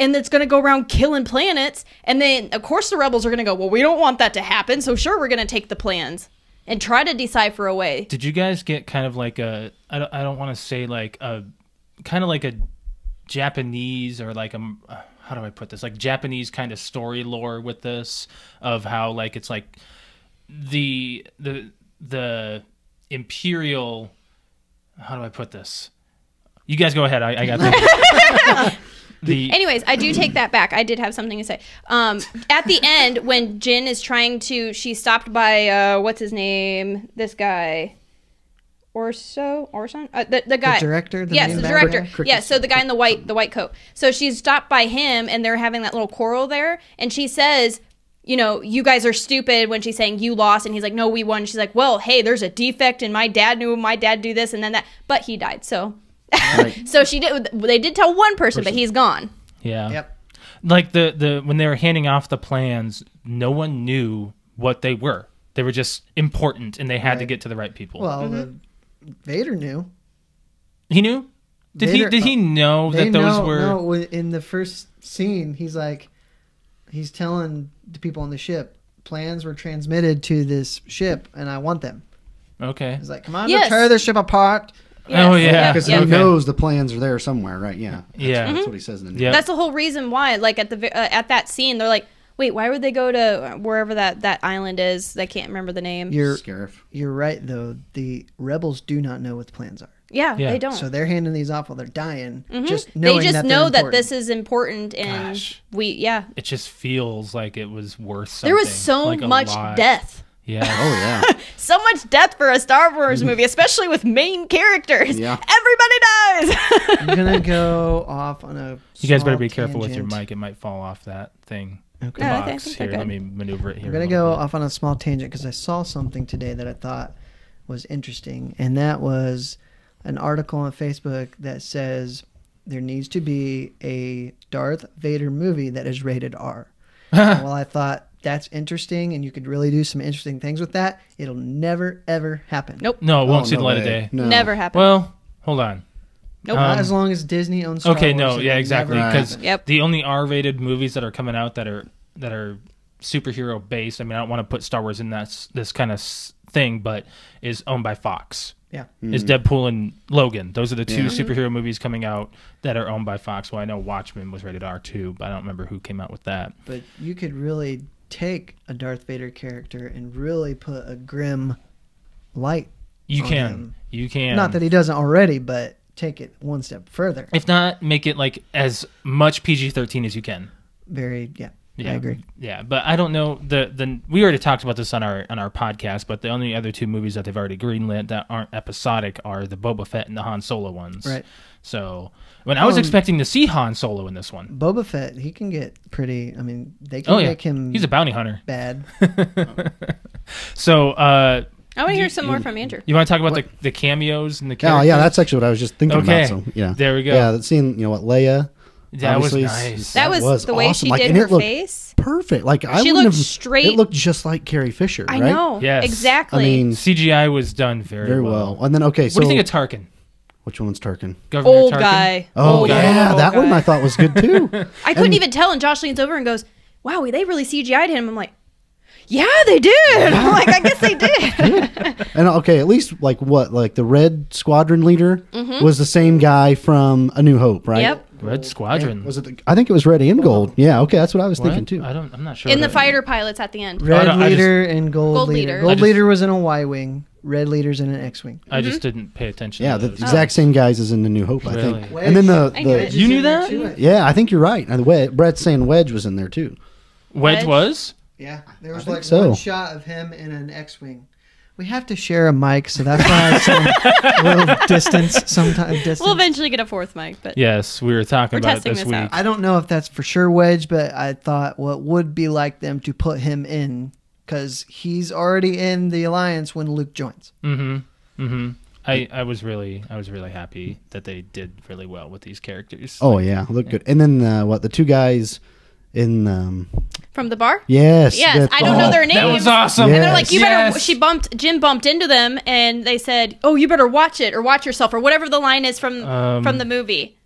Speaker 4: And it's going to go around killing planets. And then, of course, the rebels are going to go, well, we don't want that to happen. So, sure, we're going to take the plans and try to decipher a way.
Speaker 3: Did you guys get kind of like a? I don't, I don't want to say like a, kind of like a Japanese or like a. uh, How do I put this? Like Japanese kind of story lore with this of how like it's like the the the imperial. How do I put this? You guys go ahead. I, I got this. the
Speaker 4: Anyways, I do take that back. I did have something to say. Um, at the end, when Jin is trying to, she's stopped by uh, what's his name? This guy, Orso Orson uh, the, the guy
Speaker 2: director, the
Speaker 4: yes
Speaker 2: main
Speaker 4: the
Speaker 2: bad
Speaker 4: director
Speaker 2: guy?
Speaker 5: Cricket
Speaker 4: yeah so
Speaker 5: star.
Speaker 4: the guy in the white the white coat so she's stopped by him and they're having that little quarrel there and she says you know you guys are stupid when she's saying you lost and he's like no we won she's like well hey there's a defect and my dad knew my dad do this and then that but he died so
Speaker 5: Right.
Speaker 4: so she did they did tell one person but
Speaker 5: Person.
Speaker 4: he's gone
Speaker 3: Yeah.
Speaker 2: Yep.
Speaker 3: Like the the when they were handing off the plans, no one knew what they were. They were just important, and they had to get to the right people.
Speaker 2: Well,
Speaker 4: Mm-hmm.
Speaker 2: uh, Vader knew.
Speaker 3: he knew. Did he
Speaker 2: Vader-
Speaker 3: did he know
Speaker 2: uh, They
Speaker 3: Oh, that those
Speaker 2: know,
Speaker 3: were?
Speaker 2: no, when- in the first scene. He's like, he's telling the people on the ship plans were transmitted to this ship, and I want them.
Speaker 3: Okay.
Speaker 2: He's like, come on,
Speaker 4: Yes.
Speaker 2: tear this ship apart.
Speaker 3: Oh, yeah.
Speaker 5: Because
Speaker 3: Yeah.
Speaker 5: he
Speaker 3: Okay.
Speaker 5: knows the plans are there somewhere, right? Yeah. That's,
Speaker 3: Yeah.
Speaker 4: Mm-hmm.
Speaker 5: That's what he says in the news.
Speaker 3: Yeah.
Speaker 4: That's the whole reason why. Like at the vi- uh, at that scene, they're like, "Wait, why would they go to wherever that that island is? I can't remember the name."
Speaker 2: You're
Speaker 5: Scarif.
Speaker 2: you're right though. The rebels do not know what the plans are,
Speaker 4: yeah,
Speaker 3: Yeah.
Speaker 4: they don't.
Speaker 2: so they're handing these off while they're dying.
Speaker 4: Mhm.
Speaker 2: Just knowing
Speaker 4: they just
Speaker 2: that they're
Speaker 4: know that
Speaker 2: important.
Speaker 4: this is important, and
Speaker 3: Gosh.
Speaker 4: we yeah.
Speaker 3: It just feels like it was worth something.
Speaker 4: There was so
Speaker 3: like a
Speaker 4: much
Speaker 3: lot.
Speaker 4: death,
Speaker 3: Yeah.
Speaker 5: Oh yeah.
Speaker 4: so much death for a Star Wars movie, especially with main characters.
Speaker 5: Yeah.
Speaker 4: everybody dies.
Speaker 2: I'm gonna go off on a.
Speaker 3: You guys better
Speaker 2: small
Speaker 3: be careful with your
Speaker 2: tangent.
Speaker 3: mic. It might fall off that thing.
Speaker 2: Okay.
Speaker 3: The
Speaker 4: No, I think- I
Speaker 3: box
Speaker 4: think they're
Speaker 3: here. Let
Speaker 4: good.
Speaker 3: me maneuver it here.
Speaker 2: I'm
Speaker 3: a
Speaker 2: gonna
Speaker 3: little
Speaker 2: go
Speaker 3: bit.
Speaker 2: off on a small tangent because I saw something today that I thought was interesting, and that was an article on Facebook that says there needs to be a Darth Vader movie that is rated R. And well, I thought that's interesting, and you could really do some interesting things with that. It'll never ever happen.
Speaker 4: Nope.
Speaker 3: No, it won't
Speaker 5: Oh,
Speaker 3: see
Speaker 5: no
Speaker 3: the light of
Speaker 5: way.
Speaker 3: day.
Speaker 5: No.
Speaker 4: Never happened.
Speaker 3: Well, hold on.
Speaker 4: nope.
Speaker 2: Not
Speaker 3: um,
Speaker 2: as long as Disney owns. Star
Speaker 3: okay,
Speaker 2: Wars,
Speaker 3: no,
Speaker 2: it'll
Speaker 3: yeah, exactly.
Speaker 2: never-
Speaker 5: Right.
Speaker 3: Because
Speaker 4: Yep.
Speaker 3: the only R-rated movies that are coming out that are that are superhero based. I mean, I don't want to put Star Wars in that s- this kind of s- thing, but is owned by Fox.
Speaker 2: Yeah.
Speaker 3: Is Deadpool and Logan? Those are the two
Speaker 5: Yeah.
Speaker 2: Mm-hmm.
Speaker 3: superhero movies coming out that are owned by Fox. Well, I know Watchmen was rated R too, but I don't remember who came out with that.
Speaker 2: But you could really take a Darth Vader character and really put a grim light.
Speaker 3: You
Speaker 2: On
Speaker 3: can,
Speaker 2: him.
Speaker 3: you can.
Speaker 2: Oh, Not that he doesn't already, but take it one step further.
Speaker 3: if not, make it like as much PG thirteen as you can.
Speaker 2: Very, yeah,
Speaker 3: Yeah,
Speaker 2: I agree.
Speaker 3: Yeah, but I don't know the the we already talked about this on our on our podcast, but the only other two movies that they've already greenlit that aren't episodic are the Boba Fett and the Han Solo ones.
Speaker 2: Right.
Speaker 3: So when I was
Speaker 2: Um,
Speaker 3: expecting to see Han Solo in this one.
Speaker 2: Boba Fett, he can get pretty. I mean, they can
Speaker 3: Oh yeah,
Speaker 2: make him
Speaker 3: he's a bounty hunter.
Speaker 2: bad.
Speaker 3: So uh,
Speaker 4: I want to hear some more from Andrew.
Speaker 3: you want to talk about the, the cameos and the
Speaker 5: Oh
Speaker 3: characters?
Speaker 5: yeah, that's actually what I was just thinking
Speaker 3: Okay.
Speaker 5: about. So yeah,
Speaker 3: There we go.
Speaker 5: Yeah, that scene, you know what, Leia.
Speaker 3: That was
Speaker 5: obviously,
Speaker 3: nice.
Speaker 4: That, was, the way
Speaker 5: awesome.
Speaker 4: she
Speaker 5: Like,
Speaker 4: did
Speaker 5: and
Speaker 4: her
Speaker 5: it looked
Speaker 4: face.
Speaker 5: Perfect. Like I
Speaker 4: She
Speaker 5: wouldn't
Speaker 4: looked
Speaker 5: have-
Speaker 4: straight-
Speaker 5: It looked just like Carrie Fisher.
Speaker 4: I
Speaker 5: right?
Speaker 4: know.
Speaker 3: Yes.
Speaker 4: Exactly.
Speaker 5: I mean,
Speaker 3: CGI was done very,
Speaker 5: very well. And then okay, so
Speaker 3: what do you think of Tarkin?
Speaker 5: which one's Tarkin?
Speaker 3: Governor
Speaker 4: old
Speaker 3: Tarkin?
Speaker 4: guy.
Speaker 5: Oh,
Speaker 4: Old guy.
Speaker 5: yeah,
Speaker 4: Old
Speaker 5: that one
Speaker 4: guy.
Speaker 5: I thought was good too.
Speaker 4: I couldn't even tell. And Josh leans over and goes, "Wow, they really CGI'd him." I'm like, "Yeah, they did." I'm like, "I guess they did."
Speaker 5: and okay, at least like what, like the Red Squadron leader was the same guy from A New Hope, right?
Speaker 4: Mm-hmm. yep.
Speaker 3: Red Squadron.
Speaker 5: Was it? The, I think it was Red and Gold. Yeah. Okay, that's what I was
Speaker 3: What?
Speaker 5: thinking too.
Speaker 3: I don't. I'm not sure.
Speaker 4: In the
Speaker 3: that-
Speaker 4: fighter pilots at the end.
Speaker 2: Red
Speaker 3: don't- I just-
Speaker 2: leader and gold,
Speaker 4: Gold
Speaker 2: leader.
Speaker 4: leader.
Speaker 2: Gold
Speaker 3: I just-
Speaker 2: leader was in a Y wing. Red leader's in an X wing.
Speaker 3: I
Speaker 4: Mm-hmm.
Speaker 3: just didn't pay attention.
Speaker 5: yeah,
Speaker 3: to
Speaker 5: the
Speaker 3: those.
Speaker 5: exact same guys as in the New Hope, I think.
Speaker 3: Really?
Speaker 5: And then the,
Speaker 4: Oh. I knew
Speaker 5: the
Speaker 4: it.
Speaker 3: You knew that?
Speaker 5: yeah, I think you're right. And the Wed- Brett's saying Wedge was in there too.
Speaker 3: Wedge
Speaker 4: Oh. Wedge.
Speaker 3: was.
Speaker 2: Yeah, there was
Speaker 5: think
Speaker 2: like
Speaker 5: so.
Speaker 2: one shot of him in an X wing. We have to share a mic, so that's why I sound a little distance sometimes. Distance.
Speaker 4: We'll eventually get a fourth mic, but
Speaker 3: Yes, we were talking
Speaker 4: We're
Speaker 3: about it
Speaker 4: testing
Speaker 3: this
Speaker 4: this
Speaker 3: week.
Speaker 4: out.
Speaker 2: I don't know if that's for sure Wedge, but I thought what would be like them to put him in because he's already in the alliance when Luke joins.
Speaker 3: Mm-hmm. Mm-hmm. I, I was really I was really happy that they did really well with these characters.
Speaker 5: Oh yeah, looked good. And then uh, what? The two guys in um,
Speaker 4: from the bar.
Speaker 5: yes,
Speaker 4: Yes,
Speaker 5: that's-
Speaker 4: I don't know their names.
Speaker 3: that was awesome.
Speaker 4: They're
Speaker 5: Yeah.
Speaker 4: like, you better.
Speaker 3: Yes.
Speaker 4: She bumped. Jim bumped into them, and they said, "Oh, you better watch it or watch yourself or whatever the line is from
Speaker 3: Um,
Speaker 4: from the movie."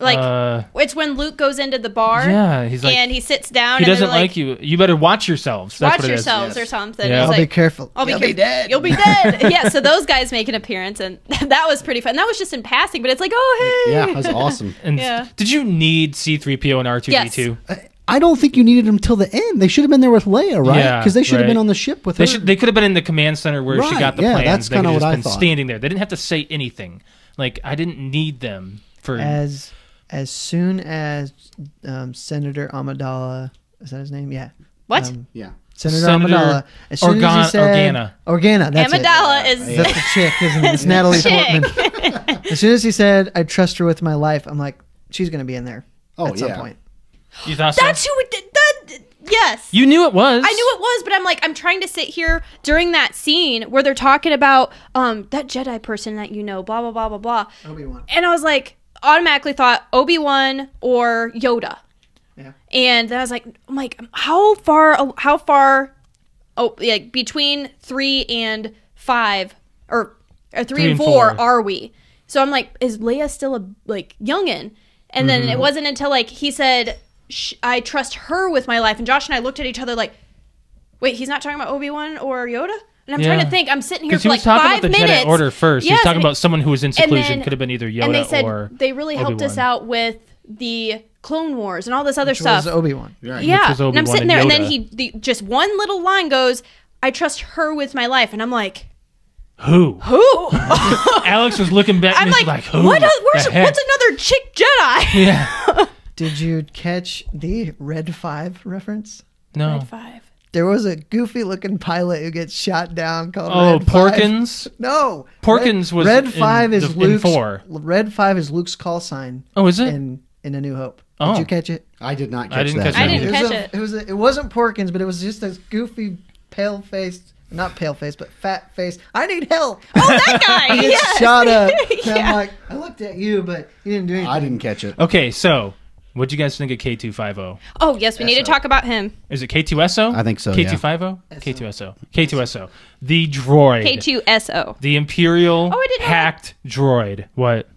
Speaker 4: Like
Speaker 3: uh,
Speaker 4: it's when Luke goes into the bar.
Speaker 3: Yeah, he's like-
Speaker 4: and he sits down.
Speaker 3: he
Speaker 4: and they're
Speaker 3: doesn't like,
Speaker 4: like
Speaker 3: you. You better watch yourselves. That's
Speaker 4: Watch
Speaker 3: what it is.
Speaker 4: yourselves or something.
Speaker 3: Yeah.
Speaker 4: He's
Speaker 2: I'll be
Speaker 4: like,
Speaker 2: careful.
Speaker 4: I'll be You'll be dead. You'll be dead. yeah. So those guys make an appearance, and that was pretty fun. That was just in passing, but it's like, oh hey.
Speaker 5: Yeah, that's awesome.
Speaker 3: And
Speaker 4: Yeah.
Speaker 3: did you need C-3PO and R2D2?
Speaker 5: I don't think you needed them till the end. They should have been there with Leia, right?
Speaker 3: Yeah,
Speaker 5: Because they should have
Speaker 3: right.
Speaker 5: been on the ship with
Speaker 3: They
Speaker 5: her.
Speaker 3: should. They could have been in the command center where she
Speaker 5: Right,
Speaker 3: got the
Speaker 5: yeah,
Speaker 3: plans.
Speaker 5: that's
Speaker 3: they could
Speaker 5: kinda
Speaker 3: have just
Speaker 5: what I
Speaker 3: been
Speaker 5: thought.
Speaker 3: standing there. They didn't have to say anything. Like I didn't need them for.
Speaker 5: Uh,
Speaker 2: As as soon as um, Senator Amidala is that his name? Yeah.
Speaker 4: What?
Speaker 2: Um,
Speaker 5: yeah.
Speaker 2: Senator,
Speaker 3: Senator
Speaker 2: Amidala. As soon as
Speaker 3: Organ-
Speaker 2: he said,
Speaker 3: Organa.
Speaker 2: Organa. That's it.
Speaker 4: Amidala is
Speaker 2: That's the chick, isn't it? It's Natalie Portman. as soon as he said, "I trust her with my life," I'm like, she's gonna be in there
Speaker 5: Oh,
Speaker 2: at some
Speaker 5: yeah.
Speaker 2: point.
Speaker 3: You thought so?
Speaker 4: that's who it did. That, yes.
Speaker 3: You knew it was.
Speaker 4: I knew it was, but I'm like, I'm trying to sit here during that scene where they're talking about um that Jedi person that you know, blah blah blah blah blah.
Speaker 2: Obi Wan.
Speaker 4: And I was like, automatically thought Obi Wan or Yoda.
Speaker 2: Yeah.
Speaker 4: And then I was like, I'm like, how far? How far? Oh, like between three and five, or, or three, and four, are we? So I'm like, is Leia still a like youngin? And then
Speaker 3: Mm-hmm.
Speaker 4: it wasn't until like he said, Sh- "I trust her with my life," and Josh and I looked at each other like, wait, he's not talking about Obi Wan or Yoda. And I'm trying
Speaker 3: Yeah.
Speaker 4: to think. I'm sitting here
Speaker 3: Because
Speaker 4: for
Speaker 3: he
Speaker 4: like
Speaker 3: was talking
Speaker 4: five
Speaker 3: about the
Speaker 4: minutes.
Speaker 3: Jedi Order first. he was
Speaker 4: Yes,
Speaker 3: talking
Speaker 4: and-
Speaker 3: about someone who was in
Speaker 4: and
Speaker 3: seclusion.
Speaker 4: then-
Speaker 3: Could have been either Yoda
Speaker 4: and they said
Speaker 3: or
Speaker 4: they really helped us
Speaker 3: Obi-Wan.
Speaker 4: out with the Clone Wars and all this other
Speaker 2: Which
Speaker 4: stuff.
Speaker 2: was Obi Wan.
Speaker 4: yeah,
Speaker 3: was
Speaker 4: and
Speaker 3: Obi-Wan
Speaker 4: I'm sitting
Speaker 3: and
Speaker 4: there, and then
Speaker 3: Yoda.
Speaker 4: he the, just one little line goes, "I trust her with my life," and I'm like,
Speaker 3: Who?
Speaker 4: "Who?"
Speaker 3: Alex was looking back
Speaker 4: I'm
Speaker 3: and he's
Speaker 4: like,
Speaker 3: like, who?
Speaker 4: "What? el-
Speaker 3: the
Speaker 4: Where's,
Speaker 3: heck?"
Speaker 4: what's another chick Jedi?"
Speaker 3: Yeah.
Speaker 2: Did you catch the Red Five reference?
Speaker 3: No.
Speaker 4: Five.
Speaker 2: There was a goofy looking pilot who gets shot down called
Speaker 3: Oh,
Speaker 2: Red Five.
Speaker 3: Porkins.
Speaker 2: No,
Speaker 3: Porkins
Speaker 2: Red,
Speaker 3: was
Speaker 2: Red
Speaker 3: in
Speaker 2: Five is
Speaker 3: the- in
Speaker 2: Luke's
Speaker 3: four.
Speaker 2: Red Five is Luke's call sign
Speaker 3: Oh, is it?
Speaker 2: in in A New Hope.
Speaker 3: Oh.
Speaker 2: Did you catch it?
Speaker 5: I did not catch
Speaker 3: I didn't
Speaker 5: that.
Speaker 3: catch
Speaker 4: I
Speaker 3: that.
Speaker 4: didn't
Speaker 2: was
Speaker 4: catch
Speaker 2: a,
Speaker 4: it.
Speaker 2: was a, it wasn't Porkins, but it was just this goofy, pale faced, not pale faced, but fat faced. I need help.
Speaker 4: Oh, that guy.
Speaker 2: He gets
Speaker 4: yes.
Speaker 2: shot up. And
Speaker 4: Yeah.
Speaker 2: I'm like, I looked at you, but you didn't do anything.
Speaker 5: I didn't catch it.
Speaker 3: Okay, so what'd you guys think of K two five O?
Speaker 4: Oh, yes. We need to talk about him.
Speaker 3: Is it K two S O?
Speaker 5: I think so,
Speaker 3: K
Speaker 5: yeah.
Speaker 3: two five O. K two S O. K two S O. The droid.
Speaker 4: K2SO.
Speaker 3: The Imperial
Speaker 4: Oh, I didn't know that.
Speaker 3: hacked droid. What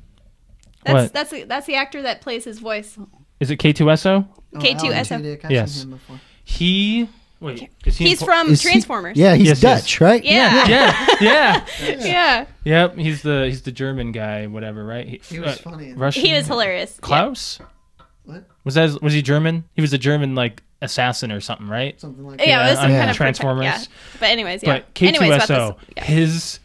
Speaker 4: That's
Speaker 3: What?
Speaker 4: that's the, that's the actor that plays his voice.
Speaker 3: is it? K two S O.
Speaker 2: Oh,
Speaker 4: K2SO.
Speaker 2: Alan Tudyk, I've
Speaker 3: Yes.
Speaker 2: seen him before.
Speaker 3: He wait. Is he
Speaker 4: He's
Speaker 3: Impo-
Speaker 4: from
Speaker 5: Is he-
Speaker 4: Transformers.
Speaker 5: yeah, he's
Speaker 3: Yes, yes.
Speaker 5: Dutch, right?
Speaker 4: Yeah.
Speaker 3: Yeah, yeah,
Speaker 4: Yeah.
Speaker 3: yep. He's the he's the German guy, whatever, right? uh,
Speaker 2: He was funny in-
Speaker 3: Russian.
Speaker 4: He was hilarious.
Speaker 3: Klaus.
Speaker 2: What?
Speaker 3: Was that was he German? He was a German like assassin or something, right?
Speaker 2: Something like
Speaker 4: Yeah,
Speaker 2: that.
Speaker 4: it was some
Speaker 3: Yeah.
Speaker 4: kind of
Speaker 3: Transformers.
Speaker 4: yeah. But anyways, yeah.
Speaker 3: But
Speaker 4: anyways, about
Speaker 3: K2SO,
Speaker 4: this- yeah.
Speaker 3: his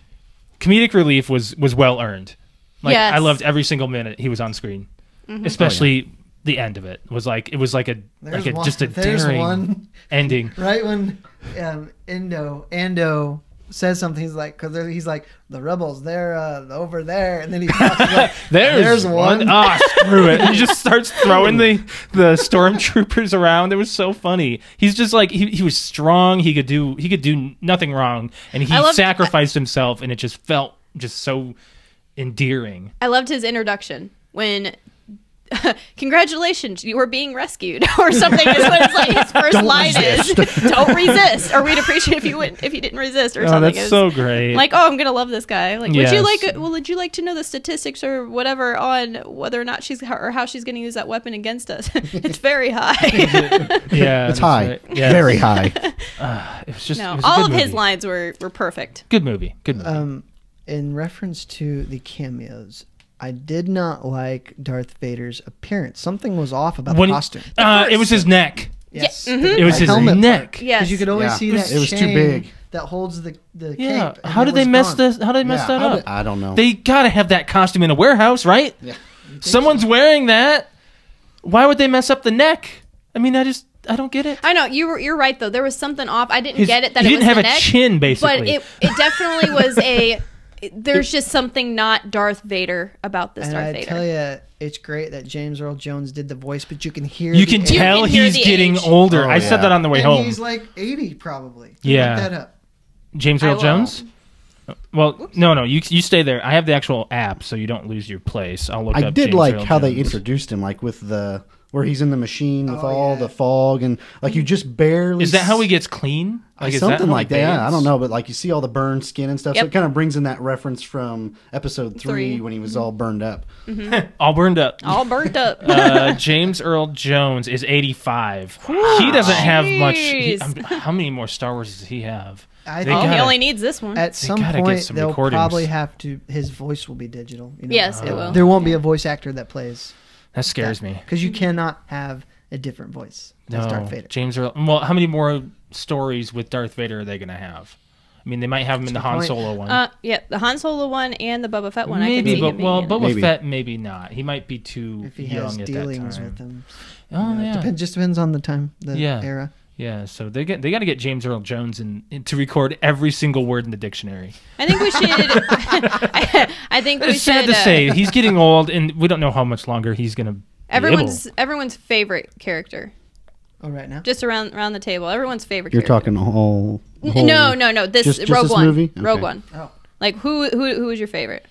Speaker 3: comedic relief was was well earned. Like
Speaker 4: Yes. Mm-hmm.
Speaker 3: I loved every single minute he was on screen, especially the end of it was like it was like a
Speaker 2: There's
Speaker 3: like a,
Speaker 2: one-
Speaker 3: just a
Speaker 2: there's
Speaker 3: daring
Speaker 2: one.
Speaker 3: ending.
Speaker 2: Right when um, Endo Ando says something, he's like, because he's like, the rebels, they're uh, over there, and then he pops he's like,
Speaker 3: There's,
Speaker 2: There's one.
Speaker 3: Ah, screw it! He just starts throwing the the stormtroopers around. It was so funny. He's just like he, he was strong. He could do he could do nothing wrong, and he
Speaker 4: I loved-
Speaker 3: sacrificed himself, and it just felt just so endearing.
Speaker 4: I loved his introduction when congratulations, you are being rescued or something is what it's like his 1st line is. Don't resist. Or we'd appreciate if you wouldn't if you didn't resist or
Speaker 3: Oh,
Speaker 4: something.
Speaker 3: that's
Speaker 4: It was
Speaker 3: so great.
Speaker 4: like, oh, I'm gonna love this guy. Like, would you
Speaker 3: Yes.
Speaker 4: like? Well, would you like to know the statistics or whatever on whether or not she's or how she's going to use that weapon against us? it's very high.
Speaker 3: yeah,
Speaker 5: It's
Speaker 3: that's
Speaker 5: high.
Speaker 3: right. Yeah,
Speaker 5: Very high.
Speaker 3: It was just it
Speaker 4: no,
Speaker 3: was a
Speaker 4: all
Speaker 3: good
Speaker 4: of his
Speaker 3: movie.
Speaker 4: lines were were perfect.
Speaker 3: Good movie. Good movie.
Speaker 2: Um, in reference to the cameos, I did not like Darth Vader's appearance. Something was off about
Speaker 3: When
Speaker 2: the
Speaker 3: he-
Speaker 2: costume.
Speaker 3: uh, it was his neck.
Speaker 2: yes,
Speaker 3: It was
Speaker 2: The
Speaker 3: his
Speaker 2: helmet
Speaker 3: neck.
Speaker 2: Because
Speaker 4: Yes,
Speaker 2: you could always
Speaker 5: Yeah.
Speaker 2: see
Speaker 5: It
Speaker 2: that
Speaker 5: was- it was too
Speaker 2: chain
Speaker 5: big.
Speaker 2: that holds the the
Speaker 3: Yeah.
Speaker 2: cape. and
Speaker 3: How
Speaker 2: it
Speaker 3: did they
Speaker 2: was
Speaker 3: mess
Speaker 2: gone.
Speaker 3: this? How did they mess
Speaker 5: Yeah,
Speaker 3: that
Speaker 5: how
Speaker 3: up?
Speaker 5: did- I don't know.
Speaker 3: They gotta have that costume in a warehouse, right? Yeah. Someone's wearing that. Why would they mess up the neck? I mean, I just I don't get it.
Speaker 4: I know you were. You're right though. There was something off. I didn't
Speaker 3: His-
Speaker 4: get it. That
Speaker 3: he
Speaker 4: it
Speaker 3: didn't
Speaker 4: was
Speaker 3: have
Speaker 4: the
Speaker 3: a
Speaker 4: neck,
Speaker 3: chin, basically.
Speaker 4: But it it definitely was a. There's just something not Darth Vader about this
Speaker 2: And
Speaker 4: Darth
Speaker 2: I
Speaker 4: Vader.
Speaker 2: tell you, it's great that James Earl Jones did the voice, but you can hear
Speaker 3: You
Speaker 2: the
Speaker 3: can
Speaker 2: age.
Speaker 3: tell
Speaker 4: can hear
Speaker 3: he's
Speaker 4: the
Speaker 3: getting
Speaker 4: age.
Speaker 3: older.
Speaker 5: Oh,
Speaker 3: I said
Speaker 5: yeah.
Speaker 3: that on the way
Speaker 2: And
Speaker 3: home.
Speaker 2: he's like eighty probably. Look
Speaker 3: Yeah.
Speaker 2: that up.
Speaker 3: James
Speaker 4: I
Speaker 3: Earl
Speaker 4: will.
Speaker 3: Jones. Uh, Well, no, no, you you stay there. I have the actual app, so you don't lose your place. I'll look.
Speaker 5: I
Speaker 3: up
Speaker 5: did
Speaker 3: James
Speaker 5: like
Speaker 3: Earl
Speaker 5: how they
Speaker 3: Jones.
Speaker 5: introduced him, like with the where he's in the machine with
Speaker 2: Oh,
Speaker 5: all
Speaker 2: yeah.
Speaker 5: the fog and like you just barely.
Speaker 3: Is that how he
Speaker 5: s-
Speaker 3: gets clean? Like is
Speaker 5: something
Speaker 3: how
Speaker 5: like
Speaker 3: he
Speaker 5: that? Yeah, I
Speaker 3: bathes?
Speaker 5: don't know, but like you see all the burned skin and stuff, so
Speaker 4: Yep.
Speaker 5: it kind of brings in that reference from episode three,
Speaker 4: Three. Mm-hmm.
Speaker 5: when he was all burned up.
Speaker 3: All burned up.
Speaker 4: all burnt up.
Speaker 3: uh, James Earl Jones is 85. He doesn't have much. he-
Speaker 4: Jeez.
Speaker 3: I'm- how many more Star Wars does he have? They
Speaker 2: I think
Speaker 4: oh, he
Speaker 3: gotta-
Speaker 4: only needs this one.
Speaker 2: at some
Speaker 3: gotta get
Speaker 2: point
Speaker 3: some
Speaker 2: they'll
Speaker 3: recordings.
Speaker 2: probably have to. His voice will be digital. You know?
Speaker 4: Yes, it will.
Speaker 2: There won't be a voice actor that plays
Speaker 3: That scares me.
Speaker 2: because you cannot have a different voice. as
Speaker 3: No,
Speaker 2: Darth Vader.
Speaker 3: James Earl. Well, how many more stories with Darth Vader are they going to have? I mean, they might have him in the Han
Speaker 2: point.
Speaker 3: Solo one.
Speaker 4: Uh, yeah, the Han Solo one and the Boba Fett one. I can
Speaker 3: maybe,
Speaker 4: see
Speaker 3: but
Speaker 4: him
Speaker 3: well,
Speaker 4: being in.
Speaker 3: Boba
Speaker 5: Maybe.
Speaker 3: Fett maybe not. He might be too
Speaker 2: if he
Speaker 3: young
Speaker 2: has
Speaker 3: at that
Speaker 2: dealings
Speaker 3: time.
Speaker 2: with them.
Speaker 3: oh yeah,
Speaker 2: It just depends on the time, the
Speaker 3: Yeah.
Speaker 2: era.
Speaker 3: Yeah, so they get they got to get James Earl Jones in, in to record every single word in the dictionary.
Speaker 4: I think we should. I think we
Speaker 3: It's sad
Speaker 4: should.
Speaker 3: to
Speaker 4: uh,
Speaker 3: say he's getting old, and we don't know how much longer he's gonna. be
Speaker 4: everyone's everyone's favorite character,
Speaker 2: Oh, right now.
Speaker 4: just around around the table. Everyone's favorite.
Speaker 5: You're
Speaker 4: character.
Speaker 5: talking the whole. whole
Speaker 4: N- No, no, no. This
Speaker 5: Just- just
Speaker 4: Rogue
Speaker 5: this
Speaker 4: One.
Speaker 5: movie?
Speaker 4: Rogue
Speaker 5: Okay.
Speaker 4: One.
Speaker 2: Oh.
Speaker 4: Like who who who was your favorite?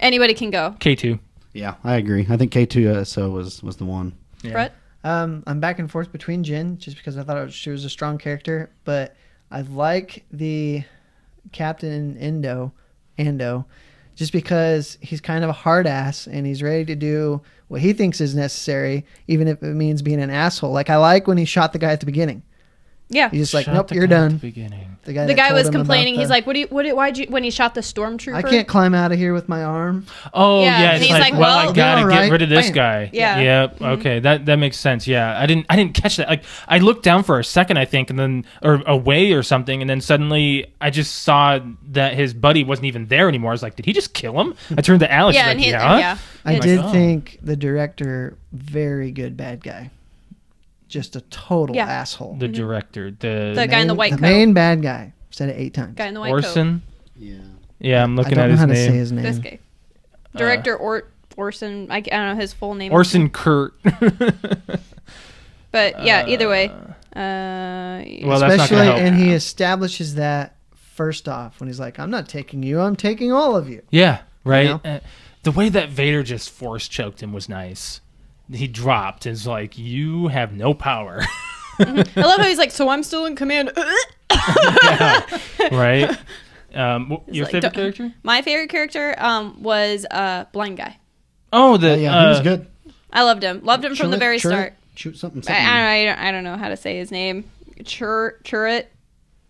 Speaker 4: Anybody can go.
Speaker 3: K two.
Speaker 5: Yeah, I agree. I think K two SO was was the one.
Speaker 3: Yeah.
Speaker 4: Brett.
Speaker 2: Um, I'm back and forth between Jin just because I thought it was, she was a strong character, but I like the Captain Endo, Ando, just because he's kind of a hard ass and he's ready to do what he thinks is necessary, even if it means being an asshole. Like I like when he shot the guy at the beginning.
Speaker 4: Yeah.
Speaker 2: He's just like,
Speaker 3: Shut
Speaker 2: nope,
Speaker 3: the
Speaker 2: you're
Speaker 3: guy at
Speaker 2: done.
Speaker 3: The beginning.
Speaker 2: The guy,
Speaker 4: The
Speaker 2: that
Speaker 4: guy
Speaker 2: told
Speaker 4: was
Speaker 2: him about
Speaker 4: complaining. He's
Speaker 2: the-
Speaker 4: like, "What do you? What? Did, why'd you? When he shot the stormtrooper?
Speaker 2: I can't climb out of here with my arm.
Speaker 3: Oh
Speaker 4: Yeah,
Speaker 3: yeah,
Speaker 4: and
Speaker 3: it's
Speaker 4: he's
Speaker 3: like,
Speaker 4: like,
Speaker 3: well,
Speaker 4: well,
Speaker 3: I gotta
Speaker 2: you're
Speaker 3: get
Speaker 2: alright. Mm-hmm.
Speaker 3: rid of this
Speaker 2: Bam.
Speaker 3: guy.
Speaker 4: Yeah.
Speaker 3: Yep. Okay. That that makes sense. Yeah. I didn't I didn't catch that. Like I looked down for a second, I think, and then or away or something, and then suddenly I just saw that his buddy wasn't even there anymore. I was like, did he just kill him? I turned to Alex.
Speaker 4: Yeah,
Speaker 3: like,
Speaker 4: and he-
Speaker 3: yeah.
Speaker 4: yeah.
Speaker 2: I
Speaker 4: It's-
Speaker 2: did
Speaker 3: Oh.
Speaker 2: think the director very good bad guy, just a total
Speaker 4: Yeah.
Speaker 2: asshole.
Speaker 3: The director, the,
Speaker 4: Mm-hmm. The guy in the
Speaker 2: Main-
Speaker 4: white
Speaker 2: the
Speaker 4: coat.
Speaker 2: main bad guy said it eight times.
Speaker 4: Guy in the white coat.
Speaker 3: Orson.
Speaker 5: Yeah.
Speaker 3: Yeah, I'm looking
Speaker 2: I
Speaker 3: at
Speaker 2: don't
Speaker 3: his
Speaker 2: know how
Speaker 3: name.
Speaker 2: to say his name.
Speaker 4: This guy. Director or Orson. I, I don't know his full name.
Speaker 3: Uh, Orson Kurt.
Speaker 4: But yeah. either way. Uh,
Speaker 3: Well, that's not
Speaker 2: Especially,
Speaker 3: gonna help.
Speaker 2: and he establishes that first off when he's like, "I'm not taking you. I'm taking all of you."
Speaker 3: Yeah, right.
Speaker 2: know?
Speaker 3: Uh, the way that Vader just force choked him was nice. He dropped. It's like you have no power,
Speaker 4: I love how he's like, "So I'm still in command."
Speaker 3: right? Um, wh- your
Speaker 4: like,
Speaker 3: favorite
Speaker 4: don't-
Speaker 3: character?
Speaker 4: My favorite character um, was uh, blind guy.
Speaker 3: Oh, the
Speaker 5: yeah, he
Speaker 3: uh,
Speaker 5: was good
Speaker 4: I loved him. Loved him from the
Speaker 5: Chirrut,
Speaker 4: very
Speaker 5: chirrut,
Speaker 4: start.
Speaker 5: Shoot something.
Speaker 4: I,
Speaker 5: something.
Speaker 4: I, don't, I don't know how to say his name. Chur Churrit.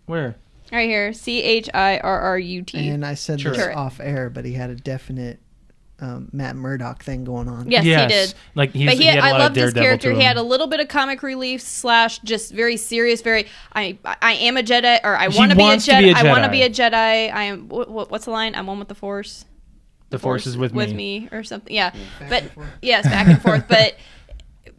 Speaker 3: Where?
Speaker 4: Right here. C H I R R U T.
Speaker 2: And I said
Speaker 3: Sure.
Speaker 2: this
Speaker 4: Sure.
Speaker 2: off air, but he had a definite um, Matt Murdock thing going on.
Speaker 4: Yes, he did.
Speaker 3: Like he's,
Speaker 4: But he,
Speaker 3: he had a
Speaker 4: I
Speaker 3: lot of
Speaker 4: loved his
Speaker 3: daredevil
Speaker 4: character.
Speaker 3: to
Speaker 4: He
Speaker 3: him.
Speaker 4: had a little bit of comic relief slash just very serious, very I I am a Jedi or I
Speaker 3: He
Speaker 4: want to be a
Speaker 3: wants to be
Speaker 4: Jedi.
Speaker 3: a
Speaker 4: I want to
Speaker 3: Jedi.
Speaker 4: be a Jedi. I am wh- wh- what's the line? I'm one with the Force.
Speaker 3: the force is with,
Speaker 4: with
Speaker 3: me.
Speaker 4: me or something. Yeah, but yes, back and forth. But